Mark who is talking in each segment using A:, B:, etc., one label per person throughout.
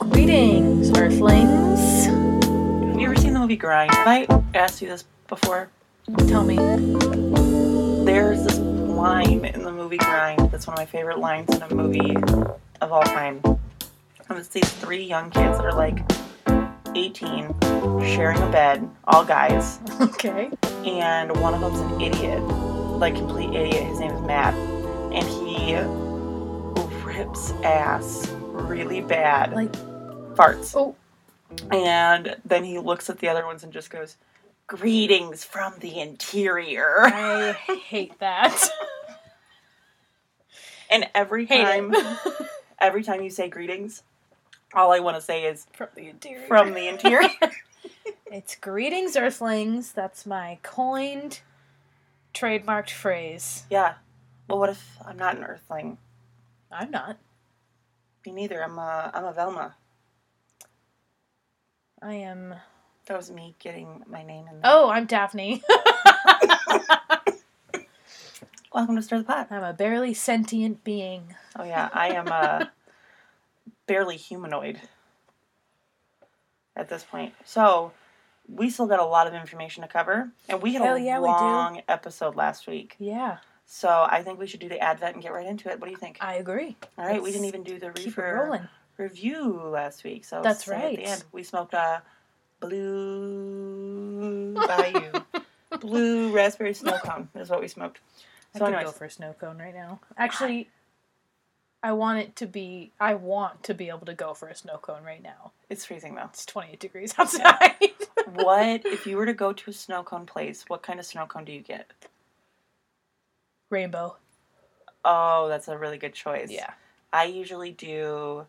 A: Greetings, Earthlings.
B: Have you ever seen the movie Grind? Have I asked you this before?
A: Tell me.
B: There's this line in the movie Grind that's one of my favorite lines in a movie of all time. And it's these three young kids that are like 18, sharing a bed, all guys,
A: Okay.
B: and one of them's an idiot, like complete idiot. His name is Matt, and he rips ass really bad,
A: Like-
B: farts.
A: Oh.
B: And then he looks at the other ones and just goes, "Greetings from the interior."
C: I hate that.
B: And every
C: Hate
B: time, every time you say greetings, all I want to say is
C: From the interior.
B: from the interior.
C: It's greetings, Earthlings. That's my coined, trademarked phrase.
B: yeah. Well, what if I'm not an Earthling?
C: I'm not.
B: Me neither. I'm a I'm a Velma.
C: I am.
B: That was me getting my name in. there.
C: Oh, I'm Daphne.
B: Welcome to Stir the Pot.
C: I'm a barely sentient being.
B: Oh yeah, I am uh, barely humanoid at this point. So we still got a lot of information to cover, and we had
C: Hell
B: a
C: yeah, we do.
B: long episode last week.
C: Yeah,
B: So I think we should do the advent and get right into it. What do you think?
C: I agree.
B: All right, we
C: Uh, let's
B: didn't even do the
C: Keep it
B: reefer
C: rolling.
B: review last week, so
C: That's
B: say At
C: right.
B: the end, we smoked a blue bayou, blue raspberry snow cone is what we smoked.
C: I
B: So
C: could
B: anyways,
C: go for a snow cone right now. Actually, I want it to be. I want to be able to go for a snow cone right now.
B: it's freezing though.
C: It's 28 degrees outside.
B: what if you were to go to a snow cone place? What kind of snow cone do you get?
C: Rainbow.
B: Oh, that's a really good choice.
C: Yeah.
B: I usually do.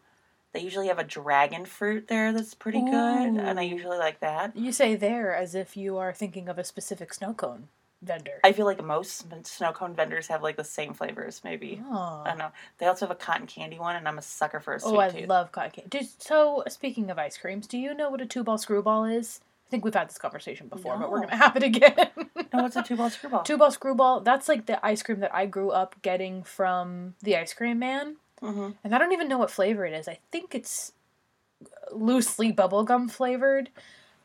B: They usually have a dragon fruit there that's pretty good, and I
C: Ooh.
B: usually like that.
C: You say there as if you are thinking of a specific snow cone vendor.
B: I feel like most sm- snow cone vendors have like the same flavors. Maybe
C: oh.
B: I don't know. They also have a cotton candy one, and I'm a sucker for a sweet
C: Oh, I
B: tooth.
C: love cotton candy. Did- so, speaking of ice creams, do you know what a two ball screwball is? I think we've had this conversation before, but we're
B: No.
C: gonna have it again.
B: no, what's a two ball screwball?
C: two ball screwball. That's like the ice cream that I grew up getting from the ice cream man,
B: Mm-hmm.
C: and I don't even know what flavor it is. I think it's loosely bubblegum flavored,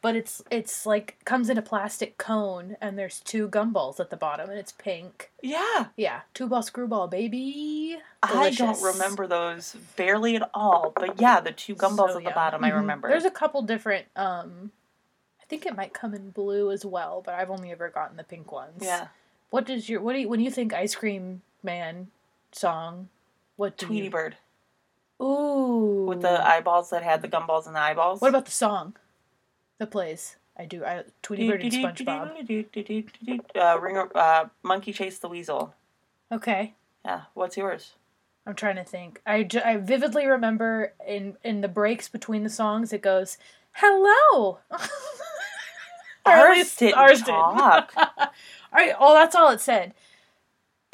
C: but it's it's like comes in a plastic cone, and there's two gumballs at the bottom, and it's pink.
B: Yeah,
C: Yeah, two ball screwball, baby.
B: I don't
C: Delicious.
B: remember those barely at all. But yeah, the two gumballs
C: So
B: at the
C: yum.
B: bottom, I
C: Mhm.
B: remember.
C: There's a couple different. um I think it might come in blue as well, but I've only ever gotten the pink ones.
B: yeah,
C: What does your what do you when you think ice cream man song? What do
B: Tweety
C: you,
B: Bird.
C: Ooh.
B: with the eyeballs that had the gumballs and the eyeballs.
C: Mm. what about the song that plays? I do. I Tweety Bird and SpongeBob.
B: Uh, Ring, uh, Monkey Chase the Weasel.
C: Okay.
B: Yeah, what's yours?
C: I'm trying to think. I, ju- I vividly remember in in the breaks between the songs, it goes, "Hello." Or at least
B: didn't
C: didn't.
B: talk.
C: All right. Well, that's all it said.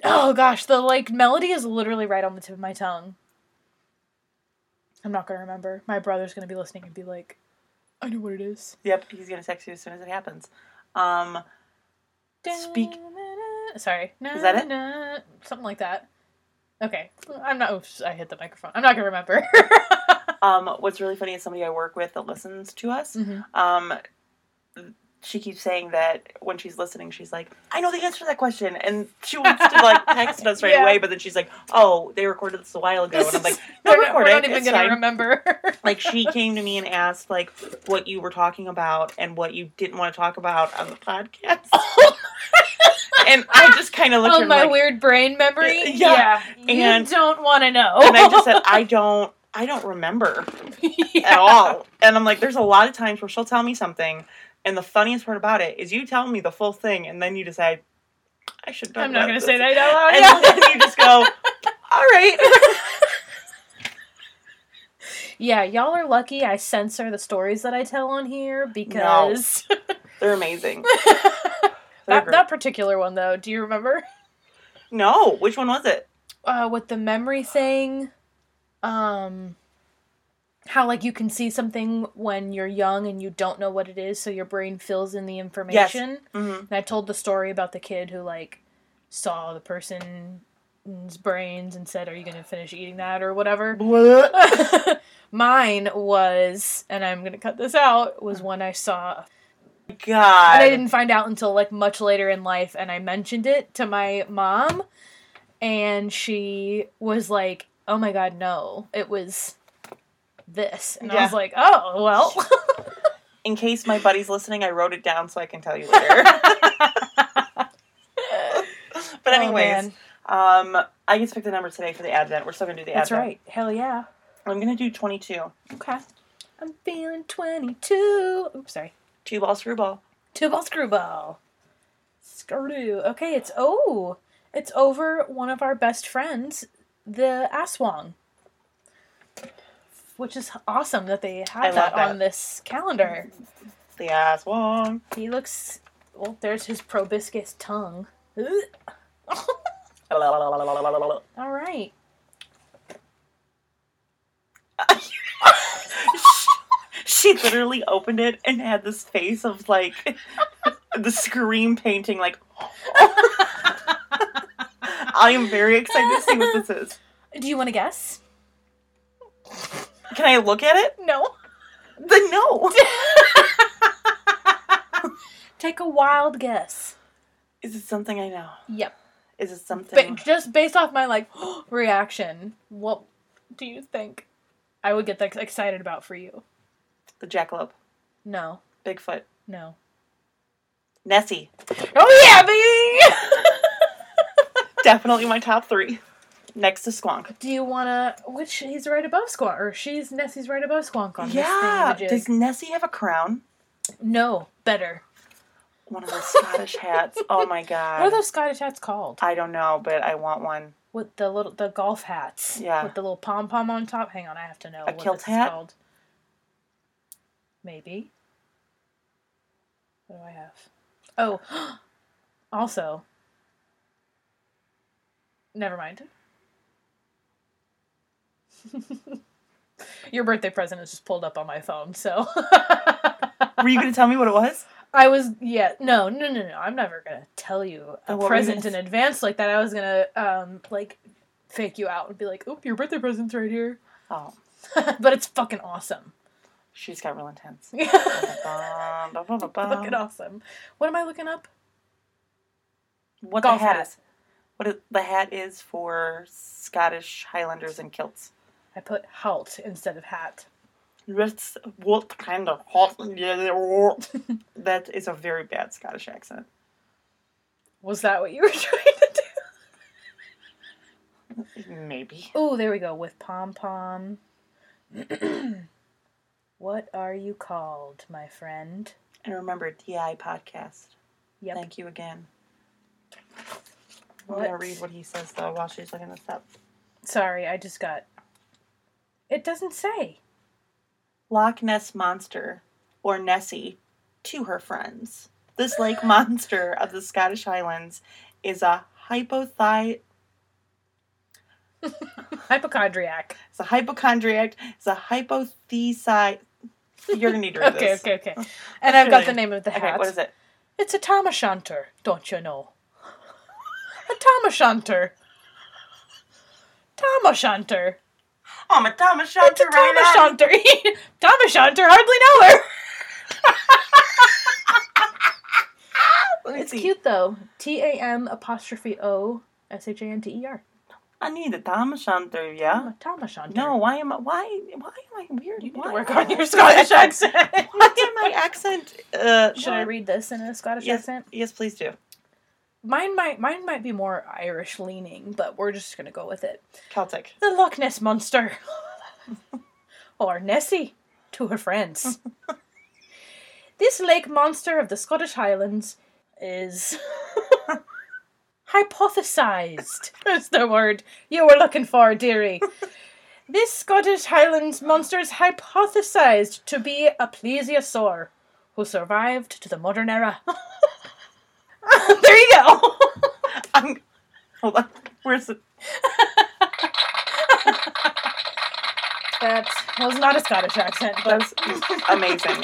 C: Oh gosh, the like melody is literally right on the tip of my tongue. I'm not gonna remember. My brother's gonna be listening and be like, "I know what it is."
B: yep, he's gonna text you as soon as it happens. Um, Speak-
C: Da-na-na. Sorry.
B: Is that it?
C: Na-na. Something like that. Okay. I'm not. Oops, I hit the microphone. I'm not gonna remember.
B: um, what's really funny is somebody I work with that listens to us.
C: Mhm.
B: Um, she keeps saying that when she's listening, she's like, "I know the answer to that question," and she wants to like text us right
C: Yeah.
B: away, but then she's like, "Oh, they recorded this a while ago," and I'm like, "No,
C: We're not- we're
B: recording.
C: not even
B: It's
C: gonna
B: fine."
C: remember.
B: like she came to me and asked like what you were talking about and what you didn't want to talk about on the podcast and i just kind of looked at
C: oh,
B: her
C: my
B: like,
C: weird brain memory.
B: Yeah, and-
C: you don't want to know.
B: and i just said i don't i don't remember
C: Yeah.
B: at all and i'm like there's a lot of times where she'll tell me something and the funniest part about it is you tell me the full thing and then you decide i should talk
C: I'm not
B: about
C: gonna
B: this."
C: say that out loud.
B: and
C: yeah.
B: then you just go all right
C: Yeah, y'all are lucky I censor the stories that I tell on here because
B: they're amazing They're
C: that,
B: great.
C: that particular one though, do you remember?
B: no which one was it
C: Uh with the memory thing um how like you can see something when you're young and you don't know what it is so your brain fills in the information.
B: hmm
C: And I told the story about the kid who like saw the person's brains and said, "Are you gonna finish eating that or whatever?" Mine was, and I'm gonna cut this out, was when I saw
B: God.
C: and I didn't find out until like much later in life, and I mentioned it to my mom, and she was like, "Oh my god, no! It was this," and I was
B: Yeah.
C: like, "Oh well."
B: In case my buddy's listening, I wrote it down so I can tell you later. but
C: Oh,
B: anyways,
C: man.
B: um, I get to pick the number today for the advent. We're still gonna do the
C: that's
B: advent.
C: right. Hell yeah.
B: I'm gonna do 22.
C: Okay. I'm feeling 22. Oops, sorry.
B: Two ball screwball.
C: Two ball screwball. Screw. Okay, it's oh, it's over one of our best friends, the Aswang, which is awesome that they have
B: I
C: that,
B: love that.
C: on this calendar.
B: The ass wong.
C: He looks. Well, there's his proboscis tongue. Ugh. All right.
B: she literally opened it and had this face of like the scream painting, like I am very excited to see what this is.
C: Do you want to guess?
B: Can I look at it?
C: No.
B: Then no.
C: Take a wild guess.
B: Is it something I know?
C: Yep.
B: Is it something?
C: But just based off my like reaction, what do you think I would get that excited about for you?
B: the jackalope,
C: No,
B: Bigfoot,
C: no.
B: Nessie.
C: Oh yeah, baby!
B: Definitely my top three. Next to Squonk.
C: do you wanna? Which he's right above Squonk, or she's Nessie's right above Squonk on
B: Yeah.
C: this thing.
B: Does Nessie have a crown?
C: No, better.
B: One of those Scottish hats. Oh my god.
C: What are those Scottish hats called?
B: I don't know, but I want one.
C: With the little the golf hats.
B: Yeah.
C: With the little pom pom on top. Hang on, I have to know
B: A
C: what
B: kilt
C: this
B: hat?
C: is called. Maybe. What do I have? Oh, also. Never mind. Your birthday present is just pulled up on my phone, so
B: Were you gonna tell me what it was?
C: I was yeah no no no no I'm never gonna tell you a
B: Then what were you
C: present in
B: gonna
C: advance like that I was gonna um like fake you out and be like oop your birthday present's right here
B: Oh,
C: but it's fucking awesome
B: she just got real intense.
C: fucking
B: Bum, bum, bum, bum, bum.
C: awesome what am I looking up
B: What
C: Golf
B: the hat
C: hat.
B: is? What it, the hat is for Scottish Highlanders and kilts.
C: I put halt instead of hat
B: That's what kind of hot? that is a very bad Scottish accent.
C: was that what you were trying to do
B: Maybe.
C: oh there we go with pom pom what are you called my friend
B: And remember, TI podcast.
C: yep
B: Thank you again. I'm gonna
C: What?
B: read what he says though while she's looking this up.
C: sorry I just got it doesn't say
B: Loch Ness Monster, or Nessie, to her friends. This lake monster of the Scottish Highlands is a hypothy-
C: hypochondriac
B: it's a hypochondriac, it's a hypothesi. You're gonna need to read
C: Okay,
B: this.
C: okay, okay. And I've got
B: really-
C: the name of the
B: Okay,
C: hat.
B: what is it?
C: It's a Tom O'Shanter, don't you know? A Tom O'Shanter. Tom O'Shanter.
B: I'm a Thomas
C: It's a
B: Shanter
C: Tom
B: right now.
C: O'Shanter. Tom O'Shanter, hardly know
B: Let
C: her.
B: me
C: It's
B: see.
C: cute though. T A M apostrophe O S H A N T E R.
B: I need a Thomas Shanter, yeah?
C: A Tom O'Shanter.
B: No, why am I why why am I weird?
C: You need
B: why
C: to work
B: am
C: on
B: I-
C: your Scottish accent.
B: Why am my accent uh
C: Should I read this in a Scottish
B: yes,
C: accent?
B: Yes, please do.
C: Mine might mine might be more Irish leaning, but we're just gonna go with it.
B: Celtic.
C: The Loch Ness Monster. or Nessie to her friends. this lake monster of the Scottish Highlands is hypothesized. That's the word you were looking for, dearie. this Scottish Highlands monster is hypothesized to be a plesiosaur who survived to the modern era. there you go.
B: I'm, hold on. Where's the
C: that was not a Scottish accent, but
B: That's amazing.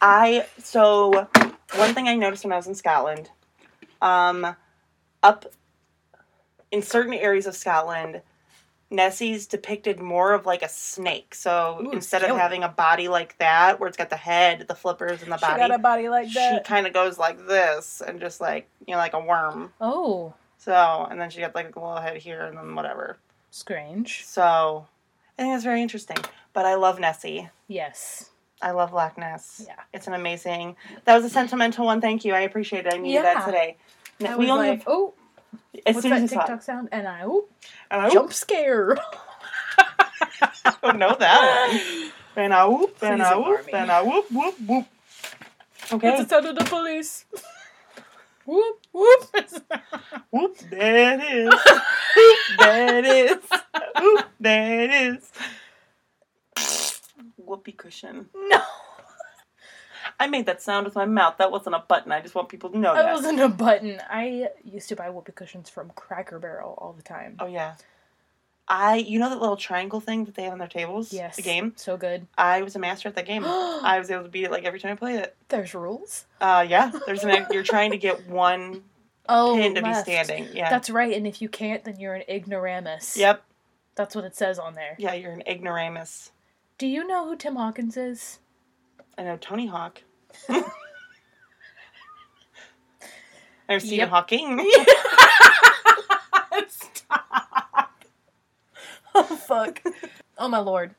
B: I so one thing I noticed when I was in Scotland, um, up in certain areas of Scotland, Nessie's depicted more of like a snake. So
C: Ooh,
B: instead of
C: scary.
B: having a body like that, where it's got the head, the flippers, and the
C: She got
B: body,
C: a body like
B: she
C: that.
B: kind of goes like this and just like, you know, like a worm.
C: oh,
B: So, and then she got like a little head here and then whatever.
C: strange.
B: So I think that's very interesting. But I love Nessie.
C: Yes.
B: I love Loch Ness.
C: Yeah.
B: It's an amazing. That was a sentimental one. Thank you. I appreciate it. I needed
C: Yeah.
B: that today.
C: I
B: we
C: was
B: only
C: like, oh,
B: as
C: what's
B: soon as I
C: that
B: saw it-
C: TikTok sound? And I oh,
B: and I
C: jump scare.
B: don't know that. one. And I whoop, and
C: Please
B: I
C: ignore
B: whoop,
C: me.
B: and I whoop, whoop, whoop.
C: It's
B: Okay.
C: the sound of the police. whoop whoop.
B: Whoop, there it is. Whoop, there it is. Whoop, there it is. Whoopee cushion.
C: no,
B: I made that sound with my mouth. That wasn't a button. I just want people to know
C: that
B: that.
C: wasn't a button. I used to buy whoopee cushions from Cracker Barrel all the time.
B: Oh yeah. I you know that little triangle thing that they have on their tables?
C: yes,
B: The game?
C: so good.
B: I was a master at that game. I was able to beat it like every time I played it.
C: There's rules.
B: Uh yeah. There's an you're trying to get one
C: Oh,
B: pin to
C: left.
B: be standing. Yeah.
C: That's right. And if you can't, then you're an ignoramus.
B: yep.
C: That's what it says on there.
B: Yeah, you're an ignoramus.
C: Do you know who Tim Hawkins is?
B: I know Tony Hawk. I know Stephen
C: Yep.
B: Hawking.
C: Stop. Oh, fuck. oh, my lord.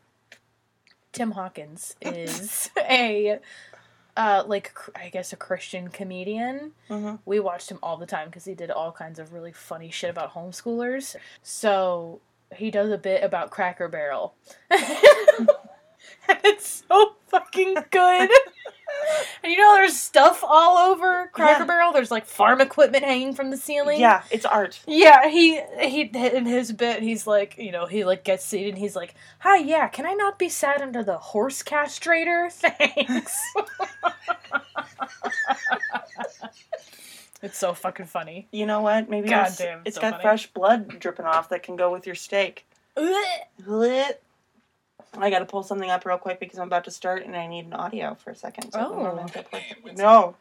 C: Tim Hawkins is a, uh, like, cr- I guess a Christian comedian.
B: Mhm.
C: We watched him all the time because he did all kinds of really funny shit about homeschoolers. So he does a bit about Cracker Barrel. and it's so fucking good. and you know, there's stuff all over Cracker
B: Yeah.
C: Barrel. There's like farm equipment hanging from the ceiling.
B: Yeah, it's art.
C: Yeah, he he in his bit he's like, you know, he like gets seated and he's like, "Hi, yeah, can I not be sat under the horse castrator? Thanks." it's so fucking funny.
B: You know what? Maybe
C: God
B: it's,
C: damn,
B: it's
C: so
B: got
C: funny.
B: fresh blood dripping off that can go with your steak. Lit. I gotta pull something up real quick because I'm about to start and I need an audio for a second. So
C: Oh.
B: I'm gonna- No.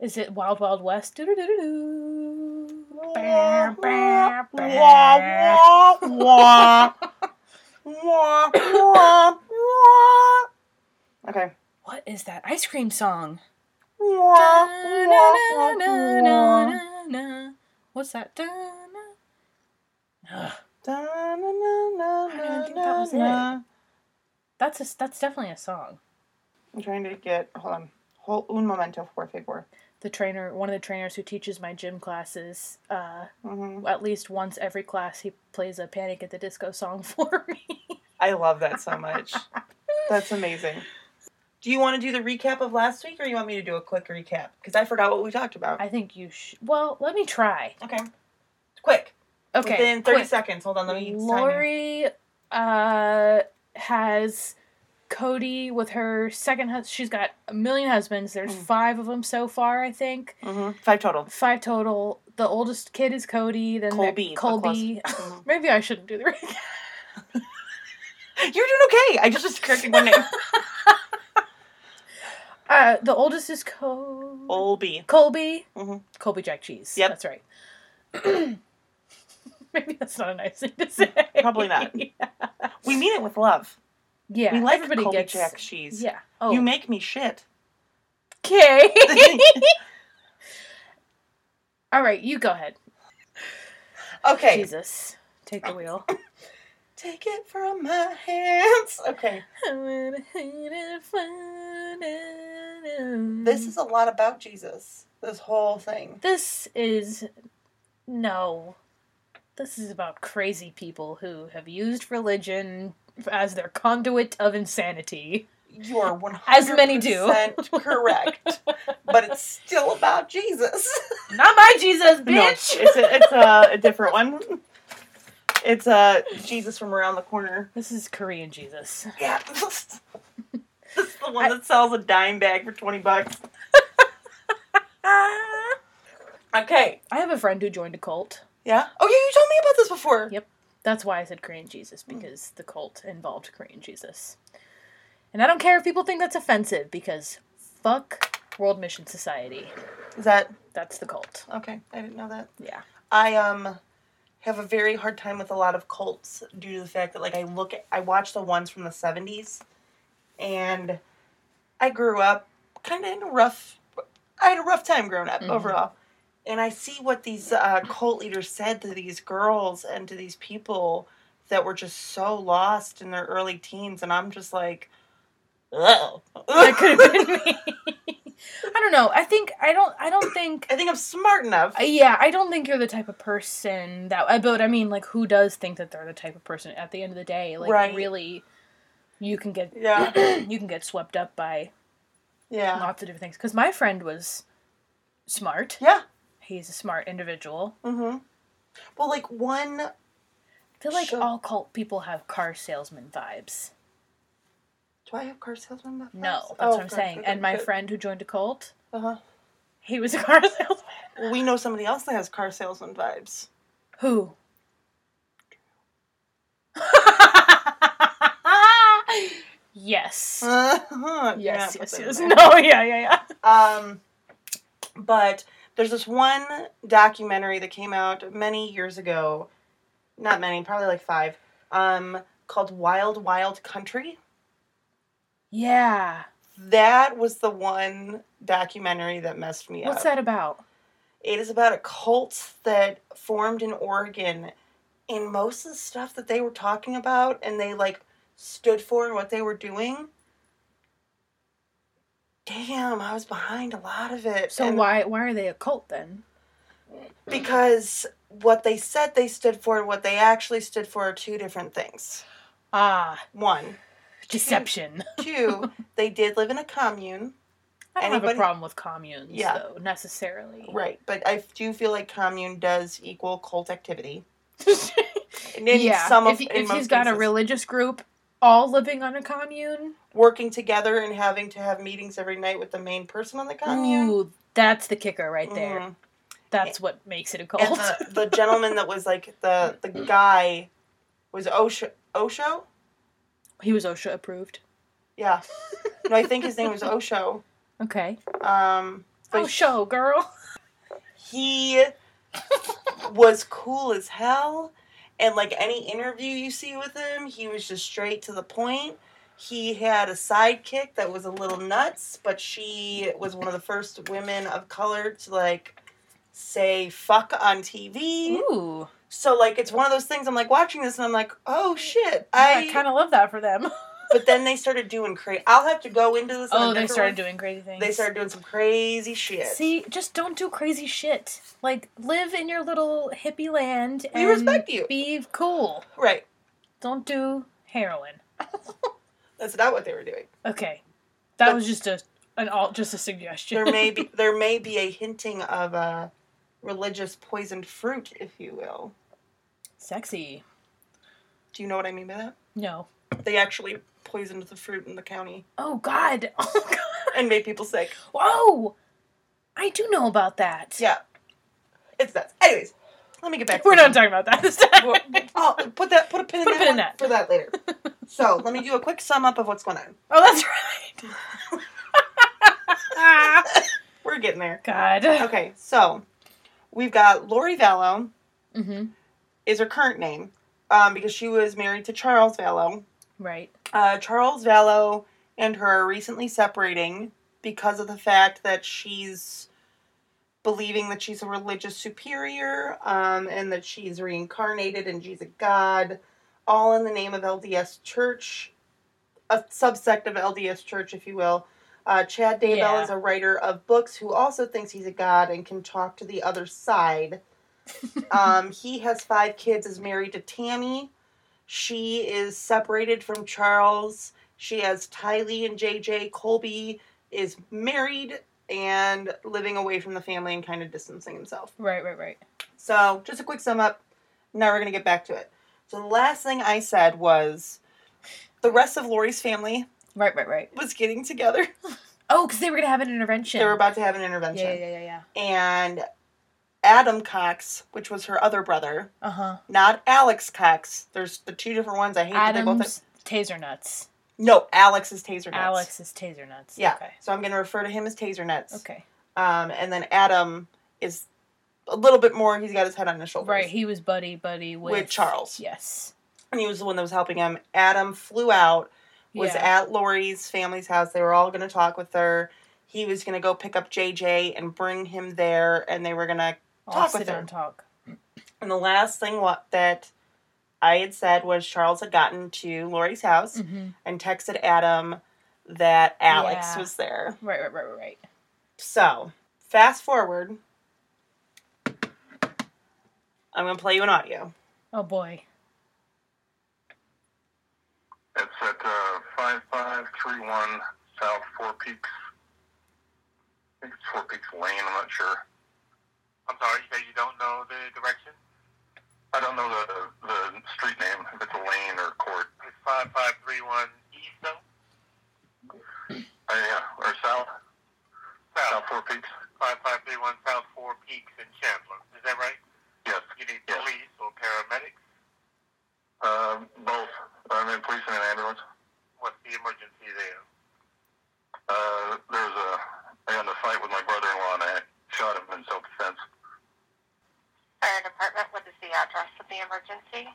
C: Is it Wild Wild West? Doo-doo-doo-doo-doo.
B: Wah, wah, wah, wah. Wah, wah, wah. Okay.
C: What is that ice cream song?
B: Wah, wah, wah, wah.
C: What's that? Ugh.
B: Da, na,
C: I
B: na, na,
C: don't think
B: na,
C: that was it.
B: na, na.
C: That's a, that's definitely a song.
B: I'm trying to get. Hold on. Hold un momento por favor.
C: The trainer, one of the trainers who teaches my gym classes, uh,
B: hmm
C: at least once every class, he plays a Panic at the Disco song for me.
B: I love that so much. That's amazing. Do you want to do the recap of last week, or you want me to do a quick recap? Because I forgot what we talked about.
C: I think you should. Well, let me try.
B: Okay. Quick.
C: Okay.
B: Within 30
C: quick.
B: seconds. Hold on. Let me get this timer.
C: Lori uh, has Cody with her second husband. She's got a million husbands. There's
B: Mm.
C: five of them so far, I think.
B: Mhm. Five total.
C: Five total. The oldest kid is Cody. Then there-
B: Colby, but
C: Colby.
B: Mhm.
C: Maybe I shouldn't do the recap.
B: You're doing okay. I just was correcting one name.
C: Uh, the oldest is Cody.
B: Olby.
C: Colby.
B: Mhm.
C: Colby Jack Cheese.
B: Yep.
C: That's right. Maybe that's not a nice thing to say.
B: Probably not.
C: yeah.
B: We mean it with love.
C: Yeah,
B: we like
C: everybody
B: Colby
C: gets.
B: Jack cheese.
C: Yeah. Oh.
B: You make me shit.
C: okay. All right, you go ahead.
B: okay.
C: Jesus, take the wheel.
B: Take it from my hands. Okay. This
C: this
B: is a lot about Jesus. This whole thing.
C: This is no. This is about crazy people who have used religion as their conduit of insanity.
B: You are one
C: As many do.
B: correct, but it's still about Jesus.
C: Not my Jesus,
B: No,
C: bitch.
B: it's a, it's a, a different one. It's uh, Jesus from around the corner.
C: This is Korean Jesus.
B: Yeah. This is the one that sells a dime bag for 20 bucks. Okay.
C: I have a friend who joined a cult.
B: Yeah. Oh, yeah, you told me about this before.
C: Yep. That's why I said Korean Jesus, because the cult involved Korean Jesus. And I don't care if people think that's offensive, because fuck World Mission Society.
B: Is that
C: That's the cult.
B: okay? I didn't know that.
C: Yeah.
B: I um have a very hard time with a lot of cults due to the fact that like I look at, I watch the ones from the 70s and I grew up kind of in a rough I had a rough time growing up
C: Mhm.
B: overall. And I see what these uh, cult leaders said to these girls and to these people that were just so lost in their early teens and I'm just like oh
C: That could have been me. I don't know. I think I don't. I don't think.
B: I think I'm smart enough.
C: I- Yeah, I don't think you're the type of person that. I- But I mean, like, who does think that they're the type of person? At the end of the day, like,
B: Right.
C: really, you can get
B: yeah.
C: you can get swept up by
B: Yeah.
C: lots of different things. Because my friend was smart.
B: Yeah.
C: He's a smart individual.
B: Mhm. Well, like one
C: I feel like
B: Sure.
C: all cult people have car salesman vibes.
B: Do I have car salesman vibes?
C: No, that's
B: Oh,
C: what I'm
B: good,
C: saying.
B: good,
C: and my
B: good.
C: friend who joined a cult,
B: Uh-huh.
C: he was a car salesman.
B: Well, we know somebody else that has car salesman vibes.
C: Who? yes.
B: Uh-huh.
C: Yes,
B: Yeah,
C: yes,
B: but
C: yes.
B: then-
C: No, yeah, yeah, yeah.
B: Um, but there's this one documentary that came out many years ago, not many, probably like five, um, called Wild Wild Country.
C: Yeah.
B: That was the one documentary that messed me up.
C: What's that about?
B: It is about a cult that formed in Oregon, and most of the stuff that they were talking about and they like stood for and what they were doing. Damn, I was behind a lot of it.
C: So
B: and
C: why why are they a cult then?
B: Because what they said they stood for and what they actually stood for are two different things.
C: Ah,
B: One,
C: deception.
B: two, they did live in a commune,
C: I don't have
B: Anybody-
C: a problem with communes
B: Yeah.
C: though, necessarily.
B: right? But I do feel like commune does equal cult activity. And in
C: yeah.
B: some of
C: if he-
B: in
C: if
B: most
C: he's got a
B: cases.
C: religious group all living on a commune,
B: working together and having to have meetings every night with the main person on the commune.
C: ooh, that's the kicker right there.
B: Mhm.
C: That's what makes it a
B: And
C: cult.
B: the, the gentleman that was like the the guy was Osho. Osho?
C: he was OSHA approved.
B: Yeah. No, I think his name was Osho.
C: Okay.
B: Um, but
C: Oh, show girl.
B: he was cool as hell. And like any interview you see with him, he was just straight to the point. He had a sidekick that was a little nuts, but she was one of the first women of color to like say fuck on TV.
C: Ooh,
B: So like it's one of those things I'm like watching this and I'm like, "Oh shit."
C: I,
B: I
C: kind of love that for them.
B: but then they started doing crazy. I'll have to go into this. in a
C: Oh, they
B: different
C: started
B: one.
C: doing crazy things.
B: They started doing some crazy shit.
C: See, just don't do crazy shit. Like live in your little hippie land.
B: We
C: and
B: respect you.
C: Be cool.
B: Right.
C: Don't do heroin.
B: That's not what they were doing.
C: Okay, that
B: But-
C: was just a an all just a suggestion.
B: there may be there may be a hinting of a religious poisoned fruit, if you will.
C: Sexy.
B: Do you know what I mean by that?
C: No.
B: They actually poisoned the fruit in the county
C: Oh God. Oh God.
B: and made people sick.
C: Whoa. I do know about that.
B: Yeah, it's nuts. Anyways, let me get back. to
C: We're
B: the-
C: not talking about that this time.
B: Oh, put that put a pin in
C: Put a
B: that
C: pin in
B: one
C: that.
B: for that later. so let me do a quick sum up of what's going on.
C: Oh, that's right.
B: We're getting there.
C: God.
B: Okay, so we've got Lori Vallow
C: Mm-hmm.
B: is her current name um, because she was married to Charles Vallow.
C: Right.
B: uh, Charles Vallow and her are recently separating because of the fact that she's believing that she's a religious superior um, and that she's reincarnated and she's a god, all in the name of LDS Church, a subsect of LDS Church, if you will. Uh, Chad Daybell
C: Yeah.
B: is a writer of books who also thinks he's a god and can talk to the other side. um, he has five kids, is married to Tammy. She is separated from Charles. She has Tylee and JJ. Colby is married and living away from the family and kind of distancing himself.
C: Right. Right. Right.
B: So, just a quick sum up. Now we're going to get back to it. So, the last thing I said was the rest of Lori's family
C: Right. Right. Right.
B: was getting together.
C: Oh, because they were gonna have an intervention.
B: They were about to have an intervention.
C: yeah, yeah, yeah, yeah, yeah.
B: And Adam Cox, which was her other brother,
C: Uh huh.
B: not Alex Cox. There's the two different ones. I hate that they both.
C: Adam's taser nuts.
B: No, Alex is Taser Nuts.
C: Alex is taser nuts.
B: Yeah.
C: Okay.
B: So I'm going to refer to him as Taser Nuts.
C: Okay.
B: Um, and then Adam is a little bit more. He's got his head on his shoulders.
C: Right, he was buddy buddy with,
B: With Charles.
C: Yes.
B: and he was the one that was helping him. Adam flew out, was
C: Yeah.
B: at Lori's family's house. They were all going to talk with her. He was going to go pick up JJ and bring him there, and they were going to.
C: I'll
B: Talk
C: sit
B: with
C: down
B: her.
C: and talk.
B: And the last thing what that I had said was Charles had gotten to Lori's house
C: hmm
B: and texted Adam that Alex
C: Yeah.
B: was there.
C: Right, right, right, right, right.
B: So, fast forward. I'm going to play you an audio.
C: Oh boy.
D: It's at uh, 5531 South Four Peaks. I think it's Four Peaks Lane, I'm not sure. I'm sorry, you say you don't know the direction? I don't know the, the street name, if it's a lane or court. It's 5531 East, though? Uh, yeah, or south? South. Four Peaks. 5531 South Four Peaks in Chandler. Is that right? Yes. You need police or paramedics? Um, both. I'm in police and an ambulance. What's the emergency there? Uh, there's a. I got in a fight with my brother-in-law and I shot him in self-defense.
E: fire department, what is the address of the emergency?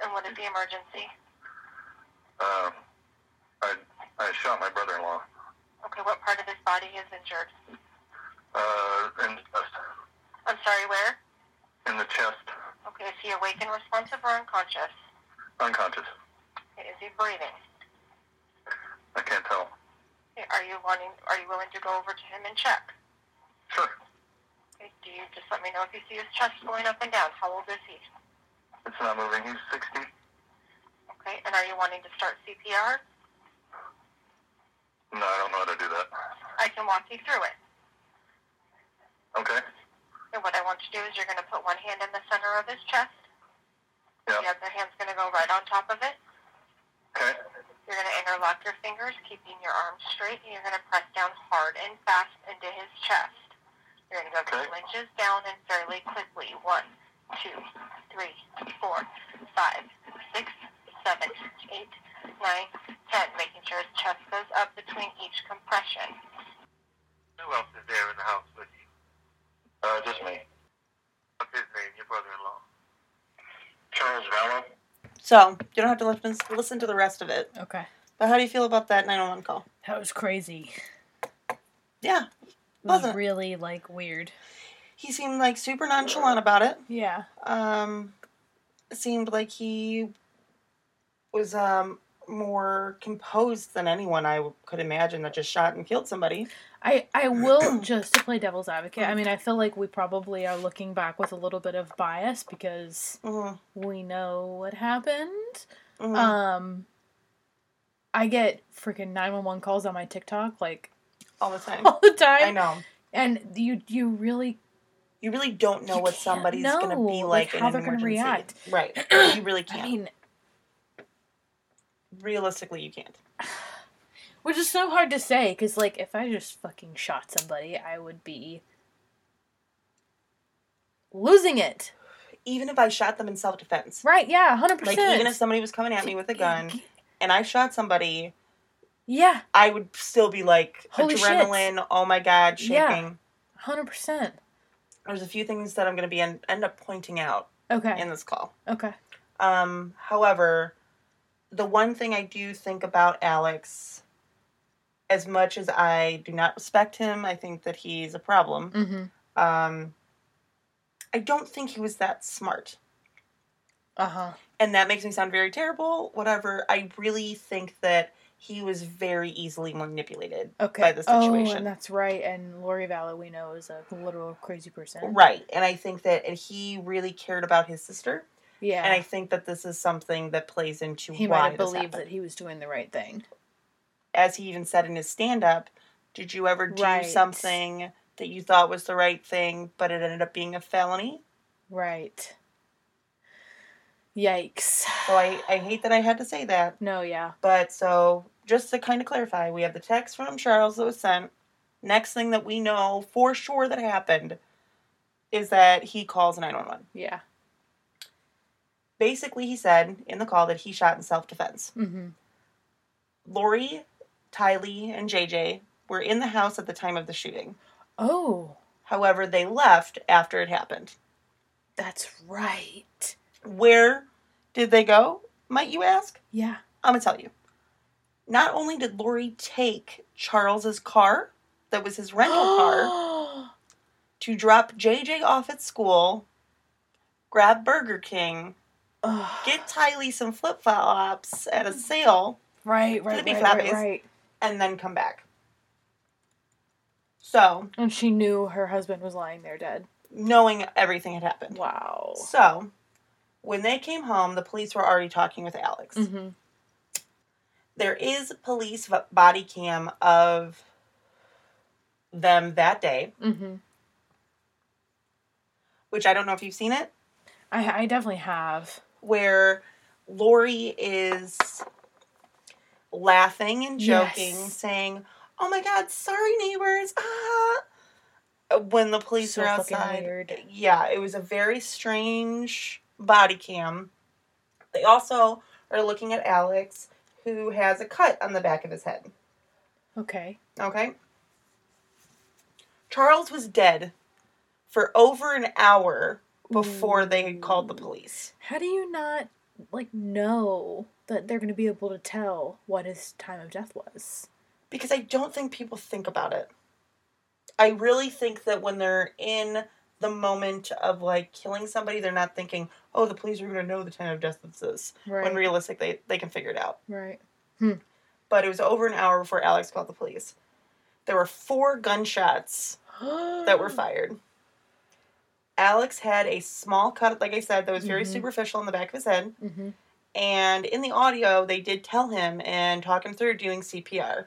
E: And what is the emergency?
D: Um, I I shot my brother-in-law.
E: Okay, what part of his body is injured?
D: Uh, in the chest.
E: I'm sorry, where?
D: In the chest,
E: Okay, is he awake and responsive or unconscious?
D: unconscious.
E: Okay, Is he breathing?
D: I can't tell.
E: Okay, Are you wanting? Are you willing to go over to him and check?
D: Sure.
E: Okay, do you just let me know if you see his chest going up and down? How old is he?
D: It's not moving. He's 60.
E: Okay, and are you wanting to start CPR?
D: No, I don't know how to do that.
E: I can walk you through it.
D: Okay.
E: And what I want you to do is you're going to put one hand in the center of his chest.
D: Yeah.
E: The other hand's going to go right on top of it.
D: Okay.
E: You're going to interlock your fingers, keeping your arms straight, and you're going to press down hard and fast into his chest. You're going to go a couple
D: Okay.
E: inches down and fairly quickly. One, two, three, four, five, six, seven, eight, nine, ten. Making sure his chest goes up between each compression.
D: Who else is there in the house with you? Uh, just me. What's his name? Your brother-in-law. Charles Vallow.
B: So, you don't have to listen, listen to the rest of it.
C: Okay.
B: But how do you feel about that 911 call?
C: That was crazy.
B: Yeah.
C: It was
B: Wasn't-
C: really like weird.
B: He seemed like super nonchalant about it.
C: Yeah.
B: um seemed like he was um more composed than anyone I could imagine that just shot and killed somebody.
C: I, I will just to play devil's advocate. I mean, I feel like we probably are looking back with a little bit of bias because
B: Mhm,
C: we know what happened.
B: mhm.
C: Um, I get freaking nine one one calls on my TikTok like
B: all the time.
C: all the
B: I
C: time,
B: know.
C: and you you really
B: You really don't know
C: You
B: what
C: can't
B: somebody's going to
C: know,
B: be
C: like,
B: like, in
C: how
B: an
C: they're gonna
B: emergency.
C: react.
B: Right. You really can't.
C: I mean,
B: Realistically, you can't.
C: which is so hard to say because like if I just fucking shot somebody, I would be losing it.
B: Even if I shot them in self defense.
C: Right? Yeah, hundred
B: Like,
C: percent.
B: even if somebody was coming at me with a gun and I shot somebody,
C: Yeah,
B: I would still be like
C: Holy shit.
B: adrenaline, oh my God, shaking.
C: Yeah. hundred percent.
B: There's a few things that I'm going to be en- end up pointing out
C: Okay.
B: in this call.
C: okay.
B: Um, however, the one thing I do think about Alex, as much as I do not respect him, I think that he's a problem.
C: Mm-hmm.
B: Um, I don't think he was that smart.
C: Uh huh.
B: And that makes me sound very terrible, whatever. I really think that he was very easily manipulated.
C: Okay.
B: by the
C: Oh,
B: situation.
C: and that's right. And Lori Vallow, we know, is a literal crazy person.
B: Right. And I think that and he really cared about his sister.
C: Yeah.
B: And I think that this is something that plays into
C: he
B: why
C: might have
B: this
C: believed
B: happened.
C: that he was doing the right thing.
B: as he even said in his stand up, did you ever do
C: Right.
B: something that you thought was the right thing, but it ended up being a felony?
C: Right. Yikes.
B: So I, I hate that I had to say that.
C: No, yeah.
B: But so just to kind of clarify, we have the text from Charles that was sent. Next thing that we know for sure that happened is that he calls 911.
C: Yeah.
B: Basically, he said in the call that he shot in self defense.
C: Mm-hmm.
B: Lori, Tylee, and JJ were in the house at the time of the shooting.
C: Oh.
B: However, they left after it happened.
C: That's right.
B: Where did they go, might you ask?
C: Yeah.
B: I'm going to tell you. Not only did Lori take Charles's car, that was his rental car, to drop JJ off at school, grab Burger King,
C: Ugh.
B: get Tylee some flip flops at a sale,
C: right, right,
B: Could it be
C: right,
B: floppies?
C: right, right.
B: and then come back. So,
C: And she knew her husband was lying there dead.
B: knowing everything had happened.
C: Wow.
B: So, when they came home, the police were already talking with Alex.
C: Mm-hmm.
B: There is police v- body cam of them that day,
C: Mm-hmm.
B: which I don't know if you've seen it,
C: I, I definitely have.
B: where Lori is laughing and joking,
C: Yes.
B: saying, Oh my God, sorry, neighbors. Ah. When the police
C: So
B: are
C: fucking
B: outside.
C: weird.
B: Yeah, it was a very strange body cam. They also are looking at Alex, who has a cut on the back of his head.
C: Okay.
B: Okay. Charles was dead for over an hour before they had called the police.
C: How do you not like know that they're gonna be able to tell what his time of death was?
B: Because I don't think people think about it. I really think that when they're in the moment of like killing somebody, they're not thinking, oh, the police are going to know the time of death this is. When
C: Right.
B: realistic, they, they can figure it out.
C: right.
B: But it was over an hour before Alex called the police. There were four gunshots that were fired. Alex had a small cut, like I said, that was very
C: Mhm.
B: superficial in the back of his head.
C: Mm-hmm.
B: And in the audio, they did tell him and talk him through doing CPR.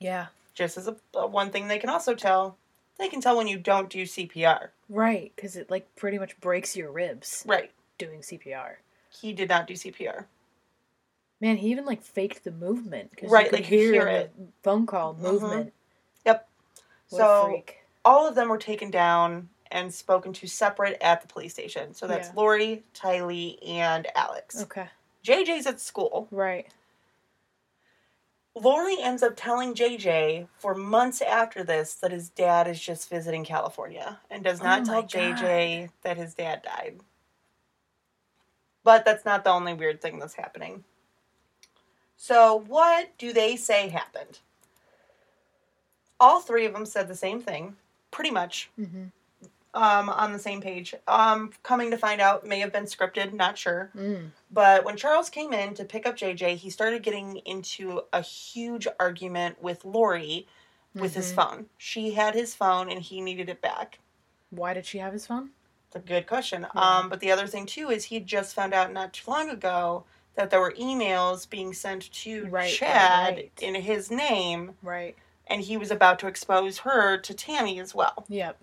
C: Yeah.
B: Just as a, a one thing they can also tell, they can tell when you don't do CPR.
C: Right, because it like pretty much breaks your ribs
B: Right.
C: doing CPR.
B: He did not do CPR.
C: Man, he even like faked the movement because
B: Right,
C: you could
B: like, you
C: hear,
B: hear
C: in
B: it.
C: the phone call movement.
B: Yep.
C: What
B: So-
C: a freak.
B: All of them were taken down and spoken to separate at the police station. So that's
C: Yeah. Oh.
B: Lori, Tylee, and Alex.
C: Okay.
B: JJ's at school.
C: Right.
B: Lori ends up telling JJ for months after this that his dad is just visiting California and does not
C: Oh
B: tell
C: my
B: JJ that his dad died. But that's not the only weird thing that's happening. So, what do they say happened? All three of them said the same thing, pretty much
C: Mm-hmm.
B: um, on the same page. Um, coming to find out, may have been scripted, not sure.
C: Mm.
B: But when Charles came in to pick up JJ, he started getting into a huge argument with Lori with his
C: Mhm.
B: phone. She had his phone and he needed it back.
C: Why did she have his phone?
B: It's a good question.
C: Yeah.
B: Um, but the other thing, too, is he had just found out not too long ago that there were emails being sent to
C: Right, right,
B: Chad
C: right.
B: in his name,
C: Right.
B: and he was about to expose her to Tammy as well.
C: Yep.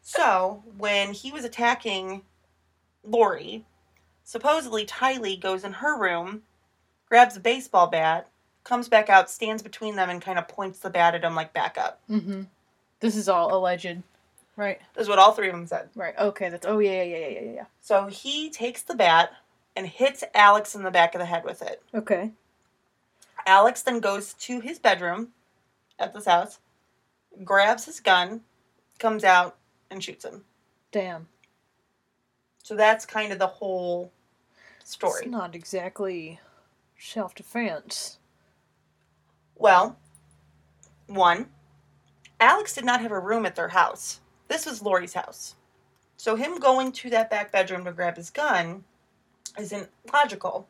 B: So when he was attacking Lori, supposedly Tylee goes in her room, grabs a baseball bat, comes back out, stands between them, and kind of points the bat at him like back up.
C: Mm-hmm. This is all alleged. Right.
B: This is what all three of them said.
C: Right. Okay. That's. Oh yeah. Yeah. Yeah. Yeah. Yeah. yeah.
B: So he takes the bat and hits Alex in the back of the head with it.
C: Okay.
B: Alex then goes to his bedroom at this house, grabs his gun, comes out, and shoots him.
C: Damn.
B: So that's kind of the whole story.
C: It's not exactly self defense.
B: Well, one, Alex did not have a room at their house. This was Lori's house. So him going to that back bedroom to grab his gun isn't logical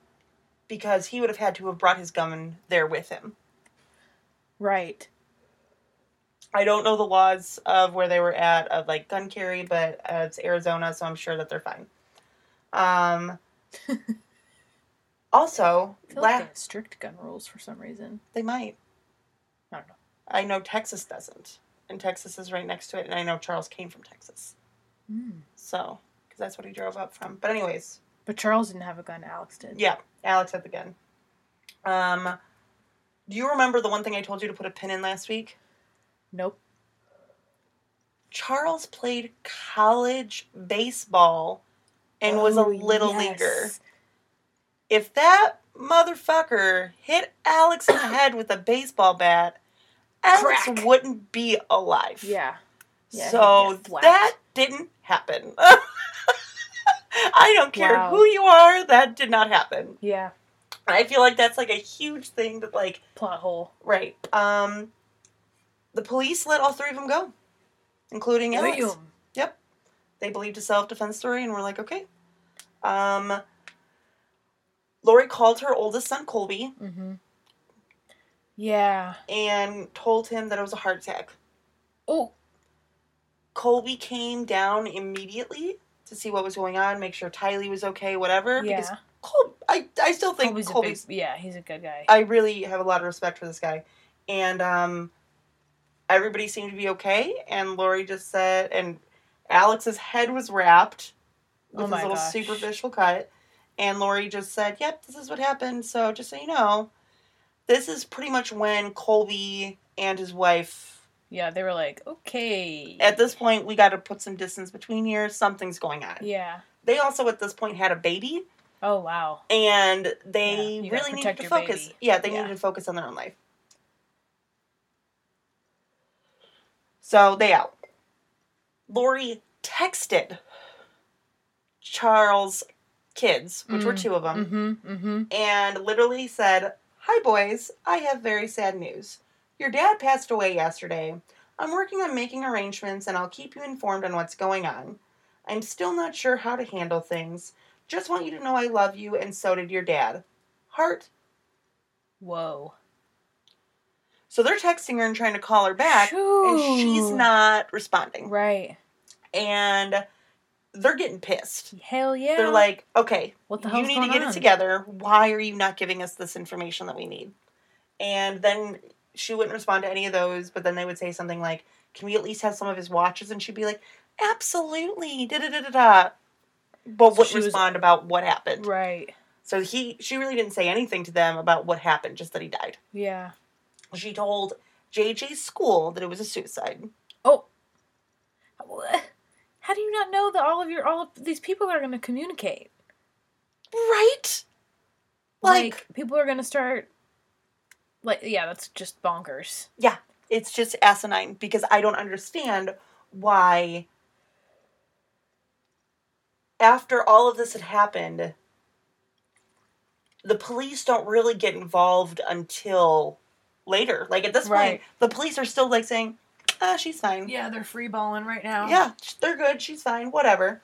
B: because he would have had to have brought his gun there with him.
C: Right.
B: I don't know the laws of where they were at of like gun carry, but uh, it's Arizona, so I'm sure that they're fine. Um, also,
C: I feel like
B: la-
C: they have strict gun rules for some reason.
B: they might.
C: I don't know.
B: I know Texas doesn't, and Texas is right next to it, and I know Charles came from Texas.
C: Mm.
B: So, because that's what he drove up from. But anyways,
C: But Charles didn't have a gun. Alex did.
B: yeah, Alex had the gun. Um, do you remember the one thing I told you to put a pin in last week?
C: Nope.
B: Charles played college baseball and was a
C: Oh,
B: little
C: yes.
B: leaguer. If that motherfucker hit Alex in the head with a baseball bat, Alex
C: Crack.
B: wouldn't be alive.
C: Yeah. Yeah, he'd
B: so
C: get flacked.
B: that didn't happen. I don't care
C: Wow.
B: who you are, that did not happen.
C: Yeah,
B: I feel like that's like a huge thing that like
C: plot hole.
B: right. Um the police let all three of them go, including Alex.
C: Damn.
B: Yep. They believed a self defense story and were like, okay. Um, Lori called her oldest son, Colby,
C: Mhm. Yeah.
B: and told him that it was a heart attack.
C: Oh,
B: Colby came down immediately to see what was going on, make sure Tylee was okay, whatever. Because
C: yeah.
B: Colby, I, I still think
C: Colby's,
B: Colby's.
C: a big, yeah, he's a good guy.
B: I really have a lot of respect for this guy. And um, everybody seemed to be okay. And Lori just said, and Alex's head was wrapped with
C: Oh
B: his
C: my
B: little
C: gosh.
B: superficial cut. And Lori just said, yep, this is what happened. So just so you know, this is pretty much when Colby and his wife,
C: yeah, they were like, okay.
B: at this point, we got to put some distance between here. Something's going on.
C: yeah.
B: They also, at this point, had a baby.
C: Oh wow.
B: and
C: Yeah,
B: they
C: you gotta
B: really needed
C: protect
B: to
C: your
B: focus.
C: baby.
B: Yeah, they
C: Yeah.
B: needed to focus on their own life. So they out. Lori texted Charles' kids, which were
C: Mm,
B: two of them,
C: Mm-hmm. Mm-hmm.
B: and literally said, Hi, boys, I have very sad news. Your dad passed away yesterday. I'm working on making arrangements and I'll keep you informed on what's going on. I'm still not sure how to handle things. Just want you to know I love you and so did your dad. Heart.
C: Whoa.
B: So they're texting her and trying to call her back, and she's
C: Shoo.
B: not responding.
C: Right.
B: And they're getting pissed.
C: Hell yeah.
B: They're like, okay,
C: what the hell?
B: you need to get it together. Why are you not giving us this information that we need? And then she wouldn't respond to any of those, but then they would say something like, Can we at least have some of his watches? And she'd be like, Absolutely, da da da da da.
C: So
B: But wouldn't
C: she was-
B: respond about what happened.
C: Right.
B: So he she really didn't say anything to them about what happened, just that he died.
C: Yeah.
B: She told JJ's school that it was a suicide.
C: Wha- Oh. How do you not know that all of your all of these people are going to communicate?
B: Right?
C: Like,
B: like
C: people are going to start. Like yeah, that's just bonkers.
B: it's just asinine because I don't understand why after all of this had happened the police don't really get involved until later. Like at this
C: Right.
B: point, the police are still like saying, "Ah, she's fine.
C: Yeah, they're free balling right now.
B: Yeah, sh- they're good. She's fine. Whatever."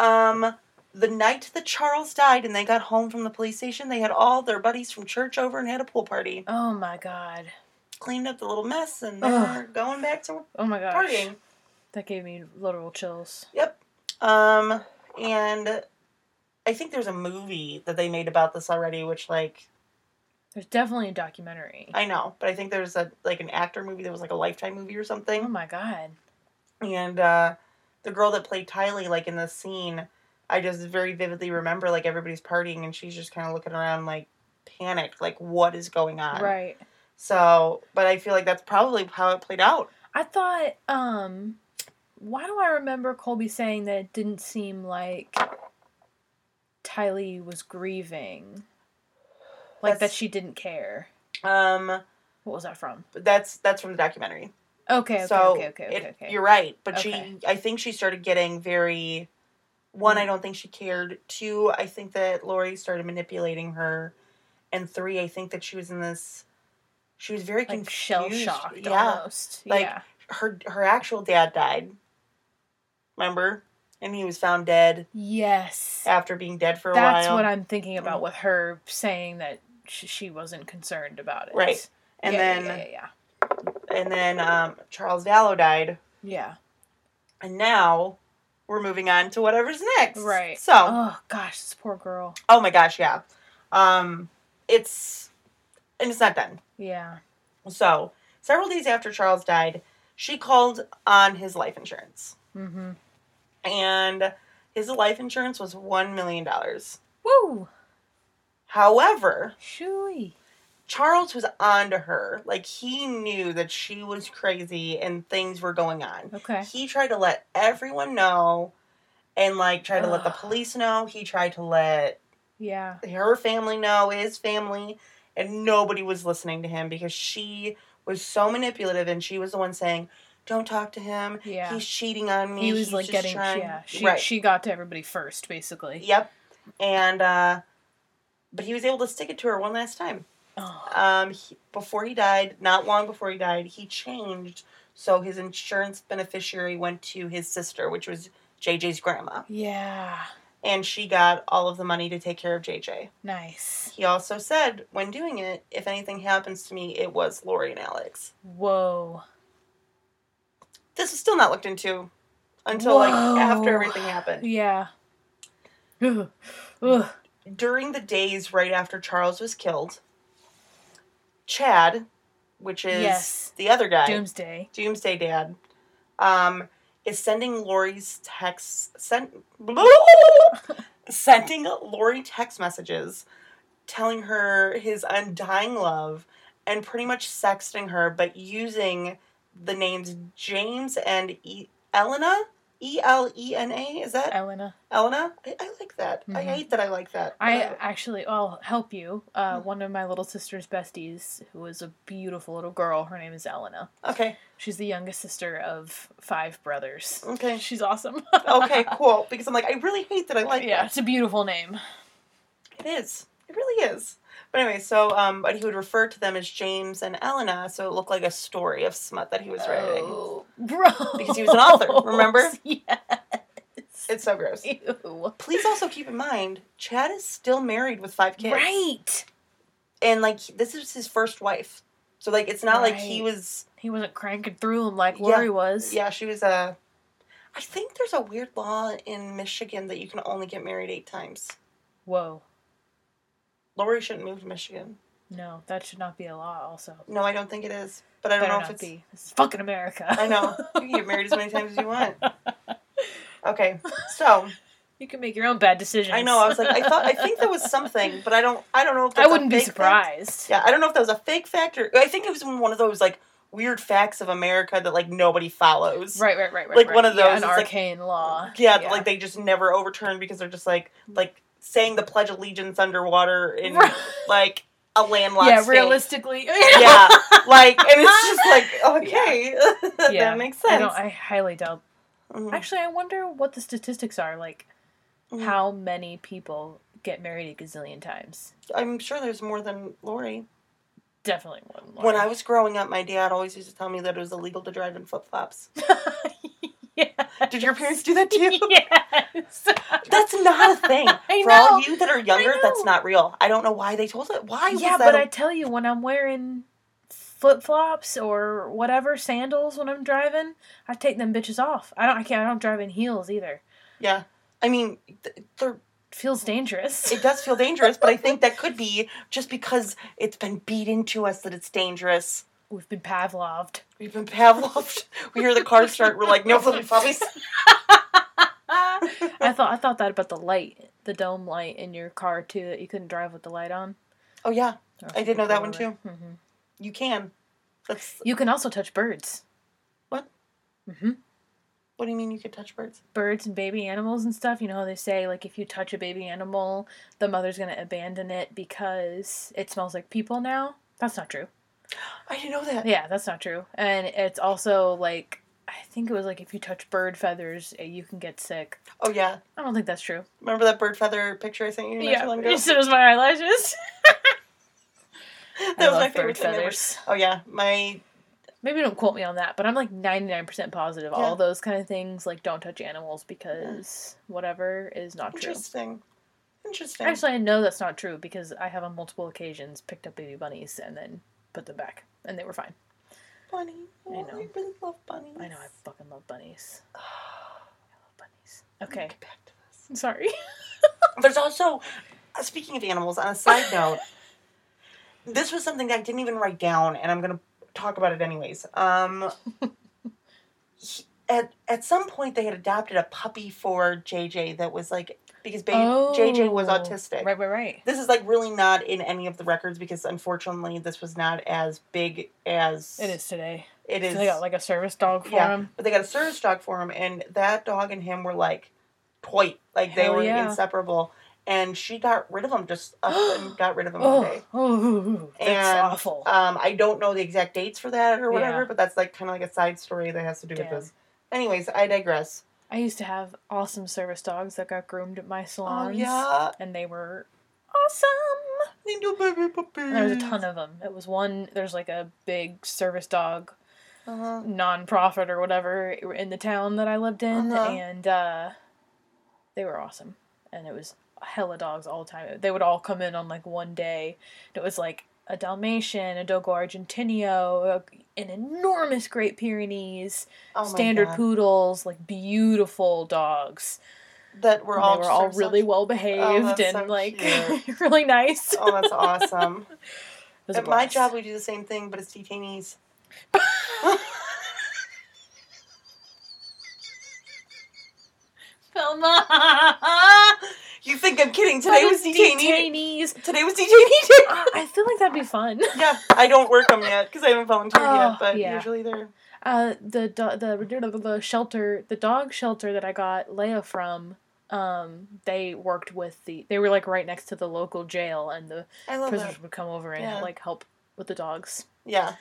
B: Um the night that Charles died and they got home from the police station, they had all their buddies from church over and had a pool party.
C: Oh my god.
B: Cleaned up the little mess and
C: Ugh.
B: they're going back to
C: Oh my gosh.
B: partying.
C: That gave me literal chills.
B: Yep. Um, and I think there's a movie that they made about this already, which like
C: There's definitely a documentary.
B: I know, but I think there's a like an actor movie that was like a lifetime movie or
C: Oh
B: something.
C: my god.
B: And uh the girl that played Tylee, like in the scene, I just very vividly remember like everybody's partying and she's just kinda looking around like panicked, like what is going on.
C: Right.
B: So but I feel like that's probably how it played out.
C: I thought, um, why do I remember Colby saying that it didn't seem like Tylee was grieving? Like that
B: That's-
C: she didn't care.
B: Um
C: What was that from?
B: but that's that's from the documentary.
C: Okay, okay,
B: so
C: okay, okay,
B: it-
C: okay, okay.
B: you're right, but
C: Okay. Mm-hmm.
B: she, I think she started getting very. One, I don't think she cared. Two, I think that Lori started manipulating her, and three, I think that she was in this. She was very
C: like
B: confused.
C: shell shocked
B: Yeah,
C: almost.
B: Like-
C: yeah.
B: her her actual dad died. Remember, and he was found dead
C: Yes.
B: after being dead for a
C: That's
B: while.
C: what I'm thinking about
B: Mhm.
C: with her saying that sh- she wasn't concerned about it.
B: Right. and
C: Yeah,
B: then
C: yeah, yeah, yeah,
B: and then um, Charles Vallow died,
C: yeah.
B: and now we're moving on to whatever's next.
C: Yeah. Right.
B: So.
C: oh gosh, this poor girl.
B: Oh my gosh, yeah. Um, it's and it's not done.
C: Yeah.
B: So several days after Charles died, she called on his life insurance,
C: Mhm.
B: and his life insurance was one million dollars.
C: Woo.
B: However,
C: Shooey.
B: Charles was on to her. Like he knew that she was crazy and things were going on.
C: Okay.
B: He tried to let everyone know and like tried to let the
C: Ugh.
B: police know. He tried to let
C: Yeah.
B: her family know, his family, and nobody was listening to him because she was so manipulative and she was the one saying, Don't talk to him.
C: Yeah.
B: He's cheating on me.
C: He was
B: He's
C: like
B: just
C: getting
B: trying-
C: yeah. She
B: right.
C: she got to everybody first, basically.
B: Yep. And uh but he was able to stick it to her one last time.
C: Oh,
B: Um he, before he died, not long before he died, he changed so his insurance beneficiary went to his sister, which was JJ's grandma,
C: yeah.
B: and she got all of the money to take care of JJ.
C: Nice.
B: He also said when doing it, if anything happens to me, it was Lori and Alex.
C: Whoa.
B: This was still not looked into until like
C: Whoa.
B: after everything happened.
C: Yeah. Ugh. Ugh.
B: during the days right after Charles was killed, Chad, which is
C: Yes.
B: the other guy,
C: Doomsday.
B: Doomsday Dad, um, is sending Lori's texts, sent, sending Lori text messages telling her his undying love and pretty much sexting her, but using the names James and e- Elena. E L E N A, is that
C: Elena.
B: Elena? I, I like that.
C: Mhm.
B: I hate that I like that.
C: Oh. I
B: Uh,
C: actually, I'll help you.
B: Mm.
C: Uh, one of my little sister's besties, who is a beautiful little girl, her name is Elena.
B: Okay.
C: She's the youngest sister of five brothers.
B: Okay.
C: She's awesome.
B: Okay, cool. Because I'm like, I really hate that I like
C: yeah,
B: that.
C: it's a beautiful name.
B: It is. It really is. But anyway, so um but he would refer to them as James and Elena, so it looked like a story of smut that he was writing.
C: Oh, bro.
B: Because he was an author, remember?
C: Yes.
B: It's so gross.
C: Ew.
B: Please also keep in mind, Chad is still married with five kids.
C: Right.
B: And like this is his first wife. So like it's not like he
C: Right.
B: was
C: He wasn't cranking through them like
B: Yeah.
C: Lori was.
B: yeah, she was uh I think there's a weird law in Michigan that you can only get married eight times.
C: Whoa.
B: Lori shouldn't move to Michigan.
C: No, that should not be a law. Also,
B: No, I don't think it is. But I don't
C: better
B: know if
C: not
B: it's
C: be. This is fucking America.
B: I know. You can get married as many times as you want. Okay. So
C: you can make your own bad decisions.
B: I know, I was like, I thought I think there was something, but I don't I don't know if
C: I
B: that's a
C: wouldn't be
B: fake fact.
C: surprised.
B: Yeah, I don't know if that was a fake fact or I think it was one of those like weird facts of America that like nobody follows.
C: Right, right, right, right.
B: Like,
C: right.
B: one of
C: Yeah,
B: those,
C: an
B: it's like-
C: arcane law.
B: Yeah, like they just never overturn because they're just like like saying the Pledge of Allegiance underwater in
C: Mm. Right.
B: like a landlocked
C: yeah,
B: state.
C: realistically.
B: Yeah. Like and it's just like okay.
C: Yeah.
B: that makes sense.
C: I don't. I highly doubt.
B: Mhm.
C: Actually, I wonder what the statistics are. Like,
B: Mhm.
C: how many people get married a gazillion times?
B: I'm sure there's more than Lori.
C: Definitely more than
B: When I
C: Lauren.
B: was growing up, my dad always used to tell me that it was illegal to drive in flip flops.
C: yeah.
B: Did your parents do that too?
C: yes.
B: That's not a thing.
C: I
B: For all
C: know.
B: you that are younger,
C: know.
B: that's not real. I don't know why they told it. Why
C: yeah,
B: was that?
C: but I tell you, when I'm wearing flip flops or whatever sandals when I'm driving, I take them bitches off. I don't. I can't. I don't drive in heels either.
B: yeah. I mean, th- they're-
C: Feels dangerous.
B: it does feel dangerous, but I think that could be just because it's been beat into us that it's dangerous.
C: We've been Pavloved.
B: We've been Pavloved. we hear the car start. We're like, no, flip flops.
C: I thought I thought that about the light, the dome light in your car too, that you couldn't drive with the light on.
B: Oh yeah,
C: Or
B: I did know that one
C: whatever. Mm-hmm.
B: too. You can. That's
C: You can also touch birds.
B: What?
C: hmm
B: what do you mean? You could touch birds?
C: Birds and baby animals and stuff. You know how they say like if you touch a baby animal, the mother's gonna abandon it because it smells like people now. That's not true.
B: I didn't know that.
C: Yeah, that's not true. And it's also like I think it was like if you touch bird feathers, eh, you can get sick.
B: Oh yeah.
C: I don't think that's true.
B: Remember that bird feather picture I sent you not too long ago?
C: yeah, so does my eyelashes.
B: That was my favorite thing ever. Oh yeah, my
C: Maybe don't quote me on that, but I'm like 99% positive.
B: Yeah.
C: All those kind of things, like don't touch animals because whatever is not true.
B: interesting, interesting.
C: Actually, I know that's not true because I have on multiple occasions picked up baby bunnies and then put them back, and they were fine.
B: bunny.
C: I
B: Oh, I,
C: know.
B: really love bunnies.
C: I know I fucking love bunnies. I love bunnies. Okay,
B: Get back to this.
C: I'm sorry.
B: There's also uh, speaking of animals. On a side note, this was something that I didn't even write down, and I'm gonna talk about it anyways. Um, he- at at some point they had adopted a puppy for JJ that was like because ba- JJ was
C: Oh,
B: autistic.
C: Right, right, right.
B: this is like really not in any of the records because unfortunately this was not as big as
C: It is today.
B: It is.
C: So they got like a service dog for
B: yeah,
C: him.
B: but they got a service dog for him, and that dog and him were like, toy, like they
C: Hell
B: were
C: yeah.
B: inseparable. and she got rid of them just up and got rid of them one
C: Oh,
B: day.
C: oh, that's
B: and
C: awful.
B: Um, I don't know the exact dates for that or whatever,
C: Yeah.
B: but that's like kind of like a side story that has to do
C: Damn.
B: with this. Anyways, I digress.
C: I used to have awesome service dogs that got groomed at my
B: Oh
C: salons.
B: yeah,
C: And they were awesome.
B: little baby puppy.
C: And there was a ton of them. It was one, there's like a big service dog
B: Uh-huh.
C: nonprofit or whatever in the town that I lived in,
B: Uh-huh.
C: and uh, they were awesome. And it was hella dogs all the time. They would all come in on like one day. And it was like a Dalmatian, a Dogo Argentino, a, an enormous Great Pyrenees,
B: Oh, my
C: standard
B: God.
C: poodles, like beautiful dogs.
B: that were
C: And
B: all
C: they were all
B: just-
C: really well behaved
B: that's
C: and
B: so
C: like
B: cute.
C: really nice.
B: oh, that's awesome.
C: It was a
B: At my
C: blast.
B: job, we do the same thing, but it's detainees.
C: Velma!
B: You think I'm kidding?
C: What
B: Today was
C: is
B: detainee.
C: detainees.
B: Today was detainee day.
C: Uh, I feel like that'd be fun.
B: yeah, I don't work them yet because I haven't volunteered
C: Oh,
B: yet. But
C: yeah.
B: usually they're
C: Uh, the, do- the the the shelter, the dog shelter that I got Leia from, um, they worked with the. They were like right next to the local jail, and the
B: I love
C: prisoners
B: that.
C: would come over and
B: Yeah.
C: like help with the dogs.
B: Yeah,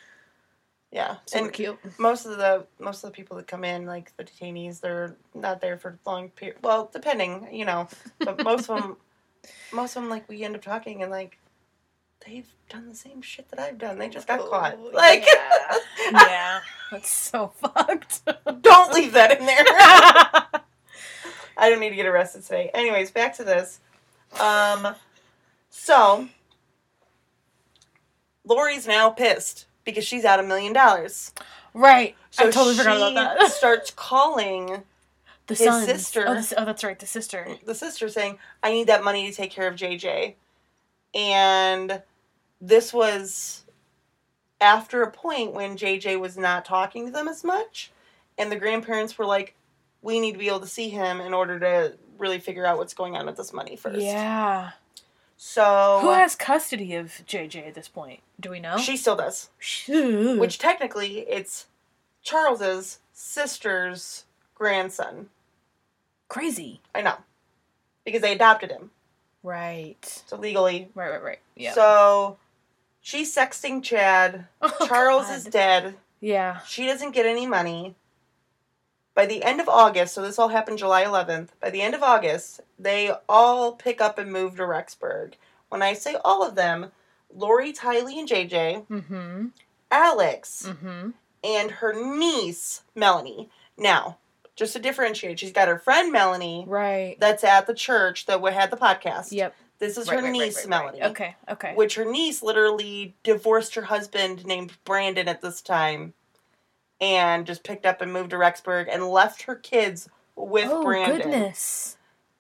B: yeah.
C: So
B: and
C: cute.
B: most of the most of the people that come in, like the detainees, they're not there for long period. Well, depending, you know. But most of them, most of them, like we end up talking and like. They've done the same shit that I've done. They just got caught.
C: Oh,
B: Like,
C: yeah. yeah, that's so fucked.
B: don't leave that in there. I don't need to get arrested today. Anyways, back to this. Um, so Lori's now pissed because she's out a million dollars.
C: right.
B: So
C: I totally forgot
B: she
C: about that.
B: starts calling
C: The
B: his
C: sons.
B: sister-
C: Oh, the s- oh, that's right. The sister.
B: the sister saying, "I need that money to take care of JJ," and this was after a point when JJ was not talking to them as much, and the grandparents were like, "We need to be able to see him in order to really figure out what's going on with this money first.
C: Yeah.
B: So
C: Who has custody of JJ at this point? Do we know? Hmm.
B: she still does.
C: Shoot.
B: Which technically it's Charles's sister's grandson.
C: crazy.
B: I know. Because they adopted him.
C: Right.
B: So legally.
C: Right. Right. Right. Yeah.
B: So she's sexting Chad.
C: Oh,
B: Charles
C: God.
B: is dead.
C: Yeah.
B: She doesn't get any money. By the end of August, so this all happened July 11th, by the end of August, they all pick up and move to Rexburg. When I say all of them, Lori, Tylee, and JJ,
C: Mm-hmm.
B: Alex,
C: Mm-hmm.
B: and her niece, Melanie. Now, just to differentiate, she's got her friend Melanie
C: Right.
B: that's at the church that we had the podcast.
C: Yep.
B: This is
C: Right,
B: her
C: right, right,
B: niece,
C: right, right.
B: Melanie.
C: Okay. Okay.
B: Which her niece literally divorced her husband named Brandon at this time and just picked up and moved to Rexburg and left her kids with
C: oh
B: Brandon
C: goodness.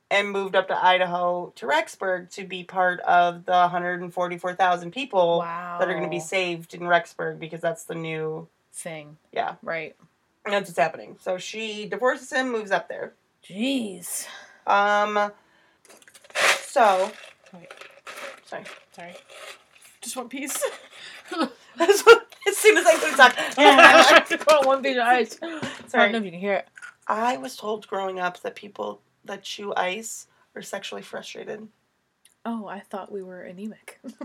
B: and moved up to Idaho to Rexburg to be part of the 144,000 people
C: Wow.
B: that are going to be saved in Rexburg because that's the new,
C: thing.
B: yeah.
C: Right.
B: And that's what's happening. So she divorces him, moves up there.
C: Jeez.
B: Um, so.
C: Wait.
B: Sorry.
C: Sorry. Just one piece.
B: as soon as I put it on.
C: I want one piece of ice. I don't know
B: Sorry.
C: if you can hear it.
B: I was told growing up that people that chew ice are sexually frustrated.
C: Oh, I thought we were anemic. Did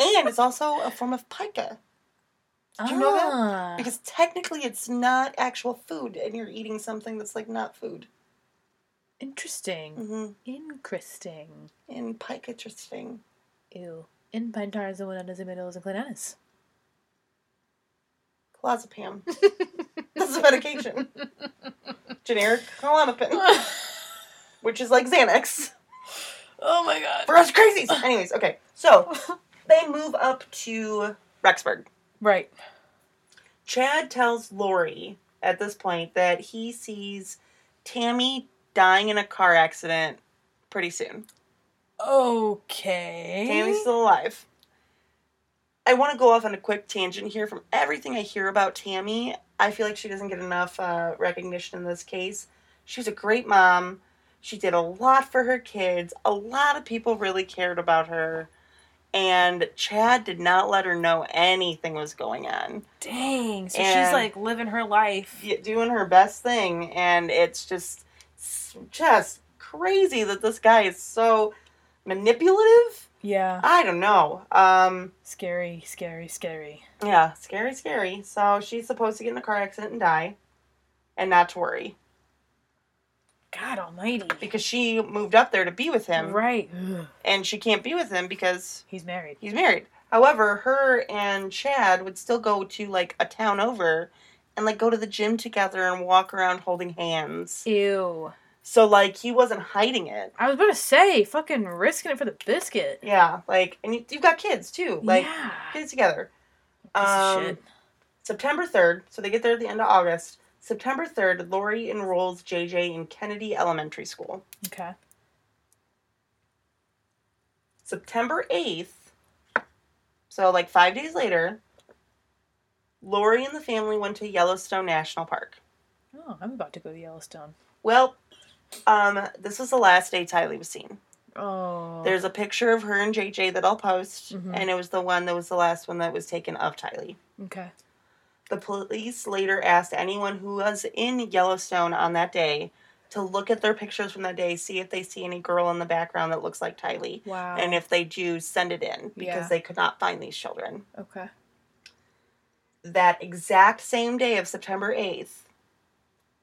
B: And it's also a form of pica. you know that?
C: Ah.
B: Because technically it's not actual food and you're eating something that's like not food.
C: Interesting.
B: Mm-hmm.
C: Interesting.
B: And pica interesting.
C: Ew. In Pentars, the one under the middle is in Clannadis.
B: Clozapam. this is a medication. Generic clonopin, which is like Xanax.
C: oh my god.
B: For us crazies. Anyways, okay. So they move up to Rexburg.
C: Right.
B: Chad tells Lori at this point that he sees Tammy dying in a car accident pretty soon.
C: Okay.
B: Tammy's still alive. I want to go off on a quick tangent here. From everything I hear about Tammy, I feel like she doesn't get enough uh, recognition in this case. She was a great mom. She did a lot for her kids. A lot of people really cared about her. And Chad did not let her know anything was going on.
C: Dang. So she's
B: And-
C: like living her life.
B: y- doing her best thing, and it's just, it's just crazy that this guy is so manipulative.
C: Yeah.
B: I don't know. Um,
C: Scary, scary, scary.
B: yeah, scary, scary. So she's supposed to get in a car accident and die, and not to worry
C: God almighty.
B: because she moved up there to be with him,
C: Right.
B: and she can't be with him because
C: He's married.
B: he's married. However, her and Chad would still go to like a town over, and like go to the gym together and walk around holding hands.
C: Ew.
B: So like he wasn't hiding it.
C: I was about to say, fucking risking it for the biscuit.
B: Yeah, like and you, you've got kids too. Like
C: yeah.
B: kids together.
C: Piece of
B: Um,
C: shit.
B: September 3rd, so they get there at the end of August. September 3rd, Lori enrolls JJ in Kennedy Elementary School.
C: Okay.
B: September 8th, so like five days later, Lori and the family went to Yellowstone National Park.
C: Oh, I'm about to go to Yellowstone.
B: Well, um, this was the last day Tylee was seen.
C: Oh.
B: There's a picture of her and JJ that I'll post,
C: Mhm.
B: and it was the one that was the last one that was taken of Tylee.
C: Okay.
B: The police later asked anyone who was in Yellowstone on that day to look at their pictures from that day, see if they see any girl in the background that looks like Tylee.
C: Wow.
B: And if they do, send it in because
C: Yeah.
B: they could not find these children.
C: okay.
B: That exact same day of September 8th,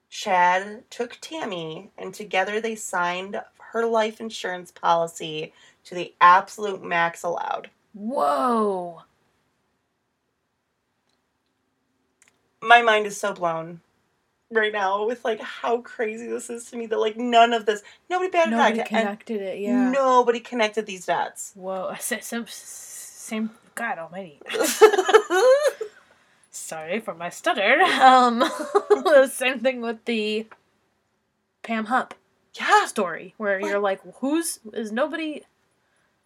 B: Chad took Tammy and together they signed her life insurance policy to the absolute max allowed.
C: Whoa.
B: my mind is so blown right now with like how crazy this is to me that like none of this nobody batted an eye
C: Nobody
B: to and
C: connected it. Yeah.
B: nobody connected these dots
C: Whoa. Same, same, same. God almighty. Sorry for my stutter. Um, the same thing with the Pam Hupp
B: yeah
C: story, where
B: What?
C: you're like, who's is nobody?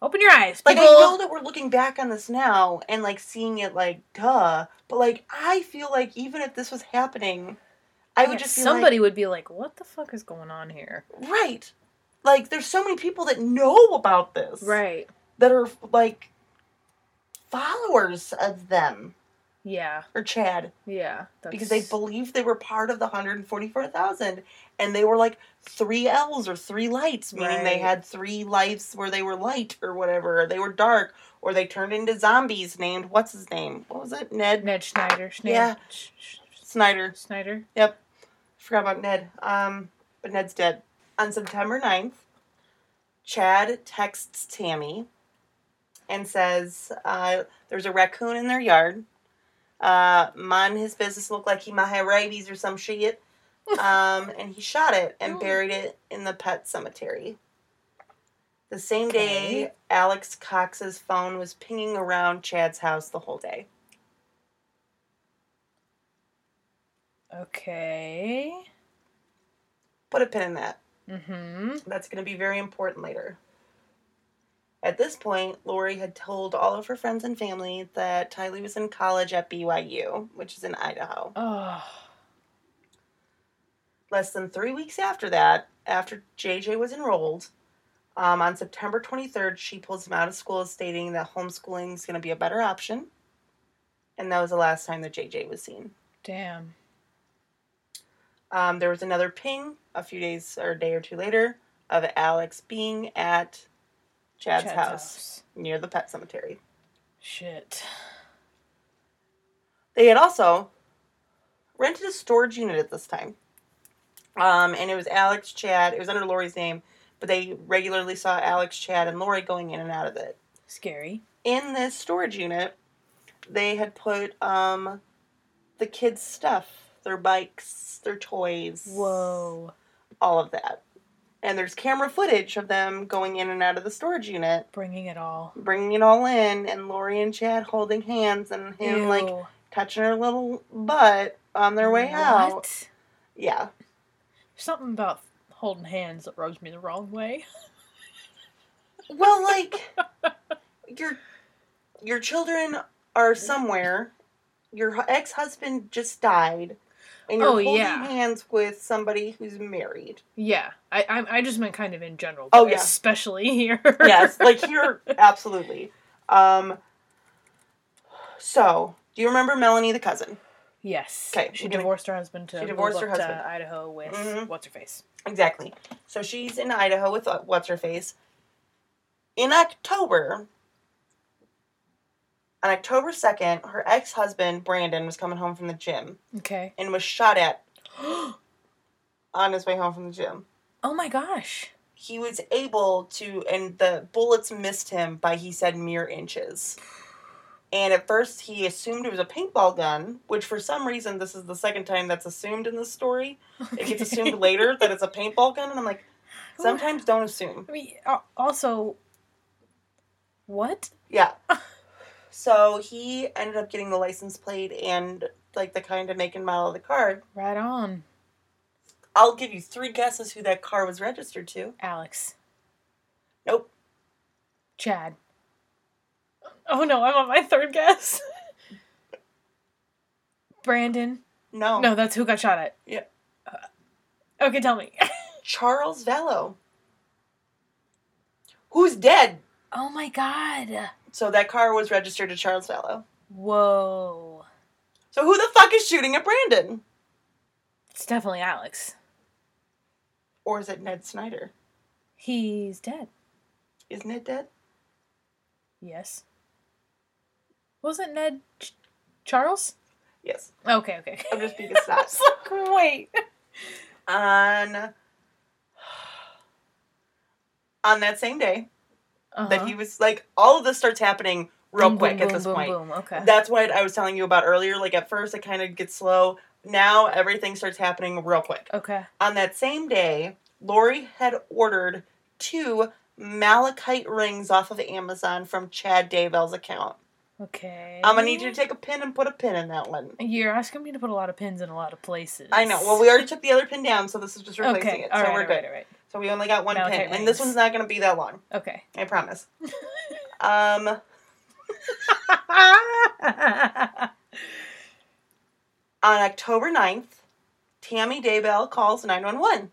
C: Open your eyes,
B: like
C: people.
B: i know that we're looking back on this now and like seeing it like duh but like i feel like even if this was happening i would
C: Yeah,
B: just be
C: somebody would be like, "What the fuck is going on here?"
B: like, right like there's so many people that know about this
C: Right.
B: that are like followers of them
C: Yeah.
B: or chad
C: Yeah. That's...
B: because they believed they were part of the 144,000 and they were like three L's or three lights, meaning they
C: Right.
B: had three lives where they were light or whatever, or they were dark, or they turned into zombies named what's his name? What was it? Ned
C: Ned Schneider. Schneider.
B: Yeah.
C: Sh- sh- sh-
B: Snyder.
C: Snyder.
B: Yep. Forgot about Ned. Um, but Ned's dead. On September 9th, Chad texts Tammy and says uh, there's a raccoon in their yard. Uh, mine his business looked like he might have rabies or some shit. Um, and he shot it and buried it in the pet cemetery. The same day,
C: Okay.
B: Alex Cox's phone was pinging around Chad's house the whole day.
C: Okay.
B: Put a pin in that.
C: Mm-hmm.
B: That's going to be very important later. At this point, Lori had told all of her friends and family that Tylee was in college at BYU, which is in Idaho.
C: Oh.
B: Less than three weeks after that, after JJ was enrolled, um, on September 23rd, she pulls him out of school, stating that homeschooling is going to be a better option. And that was the last time that JJ was seen.
C: Damn.
B: Um, there was another ping a few days or a day or two later of Alex being at Chad's,
C: Chad's
B: house. near the pet cemetery.
C: Shit.
B: They had also rented a storage unit at this time. Um, and it was Alex, Chad, it was under Lori's name, but they regularly saw Alex, Chad, and Lori going in and out of it.
C: Scary.
B: In this storage unit, they had put um, the kids' stuff, their bikes, their toys,
C: Whoa.
B: all of that. And there's camera footage of them going in and out of the storage unit,
C: Bringing it all.
B: bringing it all in, and Lori and Chad holding hands, and him like
C: Ew.
B: touching her little butt on their way out.
C: What?
B: Yeah.
C: Something about holding hands that rubs me the wrong way.
B: Well, like your your children are somewhere. Your ex husband just died, and you're
C: Oh,
B: holding
C: yeah.
B: hands with somebody who's married.
C: Yeah, I I, I just meant kind of in general.
B: Oh,
C: but
B: yeah.
C: especially here.
B: Yes, like you're absolutely. Um. So, do you remember Melanie the cousin?
C: Yes.
B: 'Kay,
C: She
B: we're gonna-
C: divorced her husband to
B: She divorced
C: move
B: her
C: up to
B: husband.
C: Idaho with
B: Mhm.
C: what's her face.
B: Exactly. So she's in Idaho with uh, what's her face. In October, on October 2nd, her ex husband, Brandon, was coming home from the gym
C: Okay.
B: and was shot at on his way home from the gym.
C: Oh my gosh.
B: He was able to, and the bullets missed him by, he said, mere inches. And at first, he assumed it was a paintball gun, which for some reason, this is the second time that's assumed in this story. It gets assumed later that it's a paintball gun, and I'm like,
C: Who-
B: sometimes don't assume.
C: I mean, al- also, what?
B: Yeah. So he ended up getting the license plate and like the kind of make and model of the car.
C: Right on,
B: I'll give you three guesses who that car was registered to.
C: Alex.
B: Nope.
C: Chad. Oh no, I'm on my third guess. Brandon.
B: No.
C: No, that's who got shot at.
B: Yeah.
C: Uh, okay, tell me.
B: Charles Vello. Who's dead?
C: oh my god.
B: So that car was registered to Charles Vello.
C: Whoa.
B: So who the fuck is shooting at Brandon?
C: It's definitely Alex.
B: Or is it Ned Snyder?
C: He's dead.
B: Is Ned dead?
C: Yes. Wasn't Ned Ch- Charles?
B: Yes.
C: Okay, okay.
B: I'm just being a
C: I
B: snob.
C: was like, wait.
B: on on that same day that
C: Uh-huh.
B: he was like all of this starts happening real
C: Boom,
B: quick
C: boom,
B: at this
C: boom,
B: point.
C: Boom, boom. Okay.
B: That's what I was telling you about earlier. Like at first it kind of gets slow. Now everything starts happening real quick.
C: okay.
B: On that same day, Lori had ordered two malachite rings off of Amazon from Chad Daybell's account.
C: Okay.
B: I'm gonna need you to take a pin and put a pin in that one.
C: You're asking me to put a lot of pins in a lot of places.
B: I know. Well, we already took the other pin down, so this is just replacing
C: okay.
B: it. So
C: All right,
B: we're
C: all
B: good.
C: right, all right.
B: So we only got one
C: Malachite
B: pin, and this
C: rings.
B: one's not going to be that long.
C: Okay.
B: I promise. um, on October 9th, Tammy Daybell calls 911.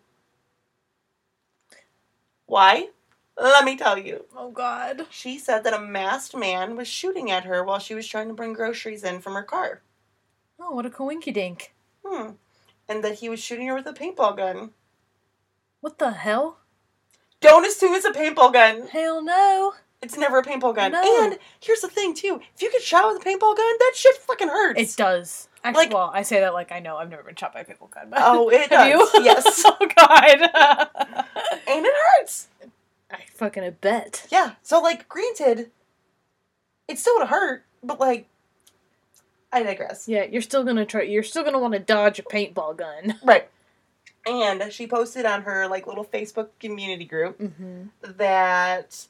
B: Why? Let me tell you.
C: oh God.
B: She said that a masked man was shooting at her while she was trying to bring groceries in from her car.
C: Oh, what a coinky dink.
B: Hmm. And that he was shooting her with a paintball gun.
C: What the hell?
B: Don't assume it's a paintball gun.
C: Hell no.
B: It's never a paintball gun.
C: No.
B: And here's the thing too: if you get shot with a paintball gun, that shit fucking hurts.
C: It does. Actually,
B: Like-
C: well, I say that like I know. I've never been shot by a paintball gun. But
B: Oh, it
C: Have
B: does.
C: you?
B: Yes,
C: oh God.
B: and it hurts.
C: I fucking bet.
B: Yeah. So like, granted, it still would hurt, but like, I digress.
C: Yeah, you're still gonna try. You're still gonna want to dodge a paintball gun.
B: Right. And she posted on her like little Facebook community group
C: Mm-hmm.
B: that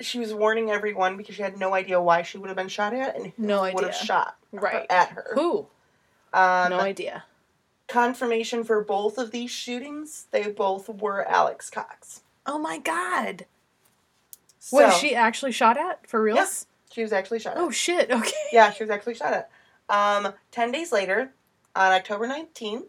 B: she was warning everyone because she had no idea why she would have been shot at and who
C: No
B: would have
C: idea.
B: shot
C: Right.
B: at her.
C: Who?
B: Um,
C: no idea.
B: confirmation for both of these shootings. They both were Alex Cox.
C: Oh my God.
B: So,
C: Was she actually shot at for real?
B: Yes. She was actually shot. at.
C: Oh shit. Okay.
B: Yeah, she was actually shot at. Um, 10 days later, on October 19th,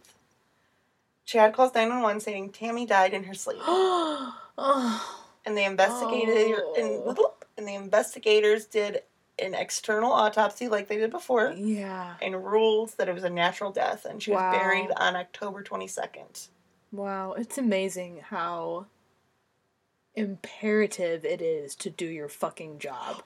B: Chad calls 911 saying Tammy died in her sleep.
C: oh.
B: And they investigated and,
C: Oh.
B: and the investigators did an external autopsy like they did before
C: Yeah.
B: and ruled that it was a natural death and she was
C: Wow.
B: buried on October 22nd.
C: Wow. It's amazing how imperative it is to do your fucking job.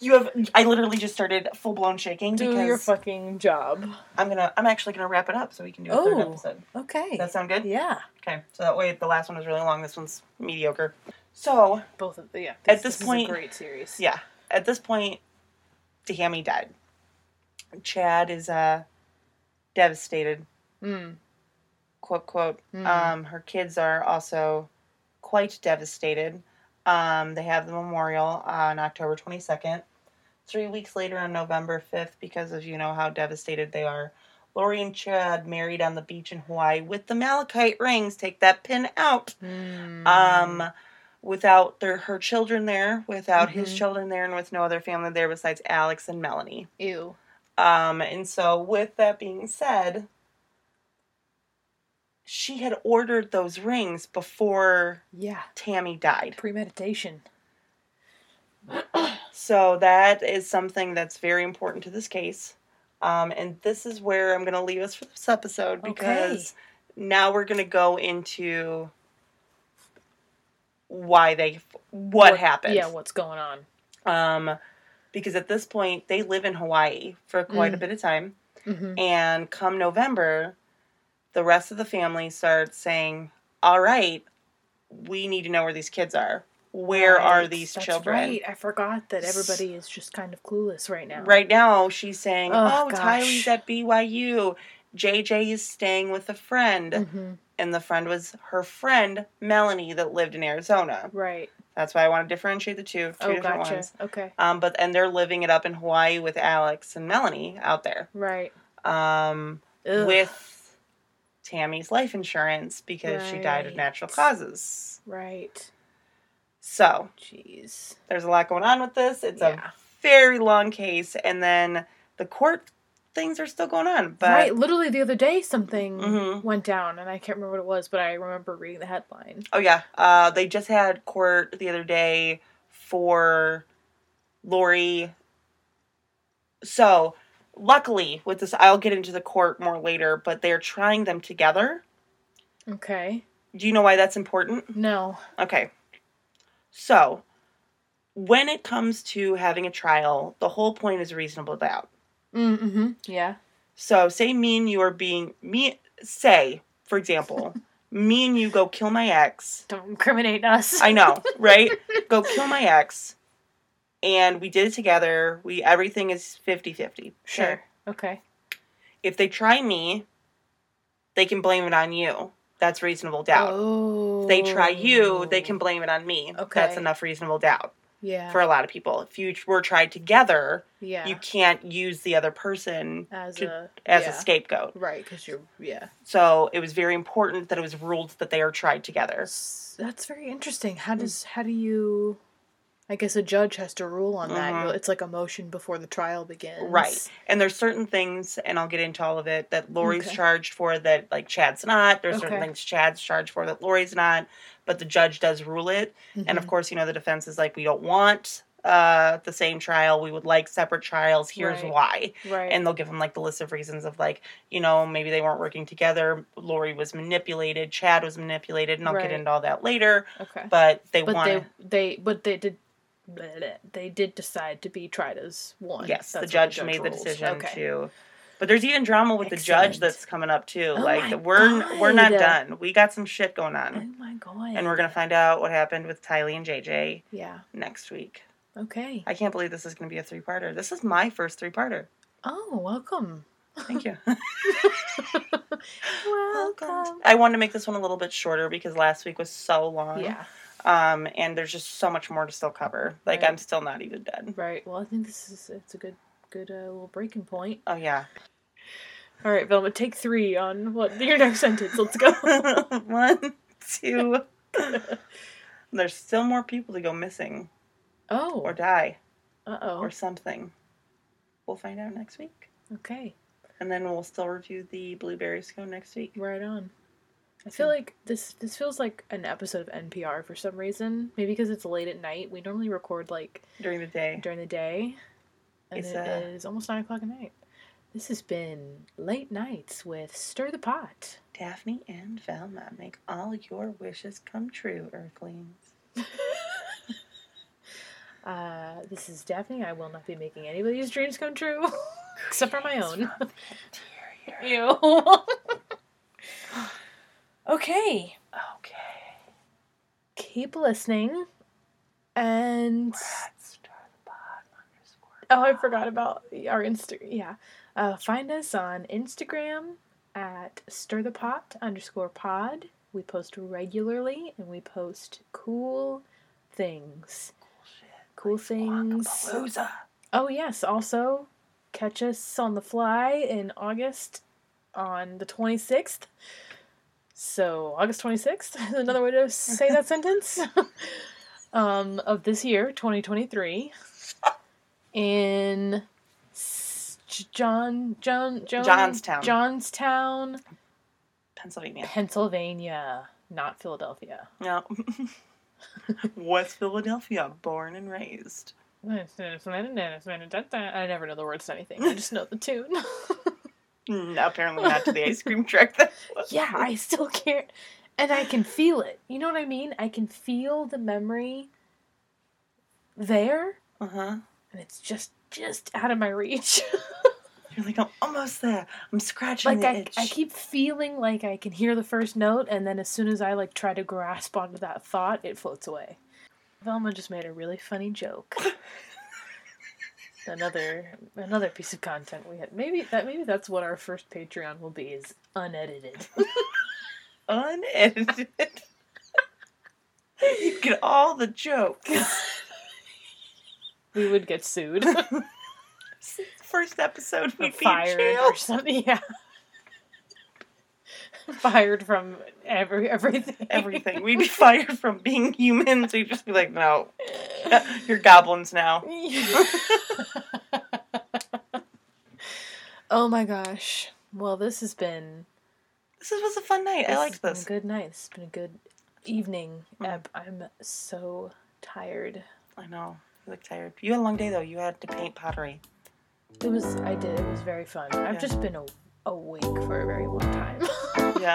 B: You have I literally just started full-blown shaking
C: do
B: because
C: your fucking job.
B: I'm going to I'm actually going to wrap it up so we can do a third
C: Oh.
B: episode.
C: Okay.
B: Does that sound good?
C: yeah.
B: Okay. So that way the last one was really long, this one's mediocre. So,
C: Both of the yeah.
B: At this point-
C: is a great series.
B: Yeah. At this point, Dahami died. Chad is uh devastated,
C: Mm.
B: quote quote.
C: Mm.
B: Um her kids are also quite devastated. Um they have the memorial on October 22nd. 3 weeks later on November 5th because of you know how devastated they are. Lori and Chad married on the beach in Hawaii with the malachite rings. Take that pin out
C: Mm.
B: um without their her children there without his
C: Mhm.
B: children there and with no other family there besides alex and melanie
C: Ew.
B: um and so with that being said she had ordered those rings before
C: Yeah.
B: tammy died
C: Premeditation.
B: so that is something that's very important to this case. Um, and this is where I'm going to leave us for this episode because now we're going to go into why they, what, happened.
C: Yeah, what's going on?
B: Um, because at this point, they live in Hawaii for quite
C: Mm.
B: a bit of time.
C: Mm-hmm.
B: And come November, the rest of the family starts saying, All right, we need to know where these kids are. Where are these
C: That's
B: children?
C: Right, I forgot that everybody is just kind of clueless right now.
B: Right now, she's saying,
C: Oh,
B: Oh,
C: gosh.
B: Tylee's at BYU. JJ is staying with a friend.
C: hmm
B: And the friend was her friend, Melanie, that lived in Arizona.
C: Right.
B: That's why I want to differentiate the two, two
C: Oh,
B: different
C: gotcha.
B: ones.
C: Okay.
B: Um, but and they're living it up in Hawaii with Alex and Melanie out there.
C: Right.
B: Um,
C: Ugh.
B: with Tammy's life insurance because she died of
C: Right.
B: natural causes.
C: Right.
B: So
C: Jeez.
B: there's a lot going on with this. It's
C: Yeah.
B: a very long case, and then the court things are still going on. But
C: right. Literally the other day, something
B: Mhm.
C: went down, and I can't remember what it was, but I remember reading the headline.
B: oh yeah, uh, they just had court the other day for Lori. So luckily, with this, I'll get into the court more later. But they're trying them together.
C: Okay.
B: Do you know why that's important?
C: No.
B: Okay. So, when it comes to having a trial, the whole point is reasonable doubt.
C: Mm-hmm. Yeah.
B: So, say me and you are being me. Say, for example, me and you go kill my ex.
C: Don't incriminate us.
B: I know, right? go kill my ex, and we did it together. We everything is 50-50.
C: sure. Okay.
B: If they try me, they can blame it on you. That's reasonable doubt.
C: Oh.
B: If they try you, they can blame it on me.
C: Okay.
B: That's enough reasonable doubt.
C: Yeah.
B: for a lot of people. If you were tried together,
C: yeah.
B: you can't use the other person
C: as
B: to-
C: a
B: as
C: yeah.
B: a scapegoat.
C: Right, because you're yeah.
B: So it was very important that it was ruled that they are tried together.
C: That's that's very interesting.
B: Mm.
C: How does how do you? I guess a judge has to rule on that.
B: Mhm.
C: You'll- It's like a motion before the trial begins.
B: Right. And there's certain things, and I'll get into all of it, that Lori's
C: Okay.
B: charged for that like Chad's not. There's certain
C: Okay.
B: things Chad's charged for that Lori's not, but the judge does rule it. And of
C: Mhm.
B: course, you know, the defense is like, we don't want uh the same trial. We would like separate trials. Here's
C: Right.
B: why.
C: Mm-hmm. right.
B: and they'll give them like the list of reasons of like you know maybe they weren't working together lori was manipulated chad was manipulated and i'll
C: Right.
B: get into all that later
C: okay.
B: but they
C: But
B: want
C: they they but they did blah, blah, blah. they did decide to be tried as one.
B: yes the
C: That's what
B: judge, made the
C: rules.
B: decision
C: Okay.
B: to but there's even drama with the
C: Excellent.
B: judge that's coming up too
C: Oh my
B: like we're we're not
C: God.
B: done we got some shit going
C: Oh
B: on
C: my god.
B: and we're gonna find out what happened with tylee and jj
C: Yeah.
B: next week
C: Okay.
B: i can't believe this is gonna be a three-parter this is my first three-parter
C: Oh, welcome.
B: thank you
C: Welcome.
B: i wanted to make this one a little bit shorter because last week was so long
C: Yeah.
B: Um, and there's just so much more to still cover. Like
C: Right.
B: I'm still not even done.
C: Right. Well, I think this is it's a good good uh, little breaking point.
B: Oh yeah.
C: All right, Velma, take three on what your next sentence. Let's go.
B: One, two. there's still more people to go missing or
C: Oh.
B: die
C: Uh
B: or
C: oh.
B: something. We'll find out next week.
C: Okay.
B: And then we'll still review the blueberry scone next week.
C: Right on. I
B: Hmm.
C: feel like this this feels like an episode of NPR for some reason. Maybe because it's late at night. We normally record like
B: During the day.
C: during the day, and
B: It's,
C: it's,
B: uh,
C: almost nine o'clock at night. This has been late nights with Stir the Pot.
B: Daphne and Velma make all your wishes come true, Earthlings.
C: Uh, this is Daphne. I will not be making anybody's dreams come true, except for my own.
B: Interior.
C: Ew. okay.
B: Okay.
C: keep listening and
B: That's Star the Pod underscore.
C: oh i forgot about our insta yeah uh, find us on instagram at stir the pot underscore pod we post regularly and we post cool things cool things
B: Palooza.
C: oh yes also catch us on the fly in august on the 26th so august 26th is another way to say that sentence um, of this year 2023 in S- J- john john, john
B: Johnstown.
C: johnstown
B: Pennsylvania.
C: pennsylvania not philadelphia
B: No. West Philadelphia, born and raised.
C: I never know the words to anything. I just know the tune.
B: Mm, apparently not to the ice cream truck. That
C: yeah, I still can't. And I can feel it. You know what I mean? I can feel the memory there,
B: Uh huh.
C: and it's just just out of my reach.
B: You're like I'm almost there. I'm scratching
C: like
B: the
C: I,
B: itch.
C: I keep feeling like I can hear the first note, and then as soon as I like try to grasp onto that thought, it floats away. Velma just made a really funny joke. another another piece of content we had. Maybe that maybe that's what our first Patreon will be is unedited.
B: unedited. you get all the jokes.
C: We would get sued,
B: First episode we'd be in
C: fired
B: jail.
C: or something. Yeah. Fired from every everything.
B: Everything. We'd be fired from being humans. We'd just be like, no, you're goblins now.
C: oh my gosh. Well, this has been.
B: This was a fun night. I
C: has
B: liked this.
C: been a good night. This has been a good evening.
B: Mm.
C: Eb. I'm so tired.
B: I know. You look tired. You had a long day though. You had to paint pottery.
C: It was. I did. It was very fun. I've
B: Yeah.
C: just been a, awake for a very long time.
B: Yeah.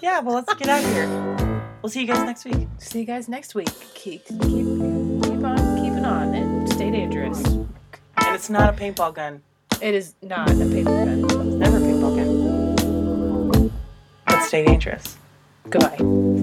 B: yeah. Well, let's get out of here. We'll see you guys next week.
C: See you guys next week. Keep keep keep on keeping on and stay dangerous.
B: And it's not a paintball gun.
C: It is not a paper gun.
B: It's never a paintball gun. But stay dangerous.
C: Goodbye.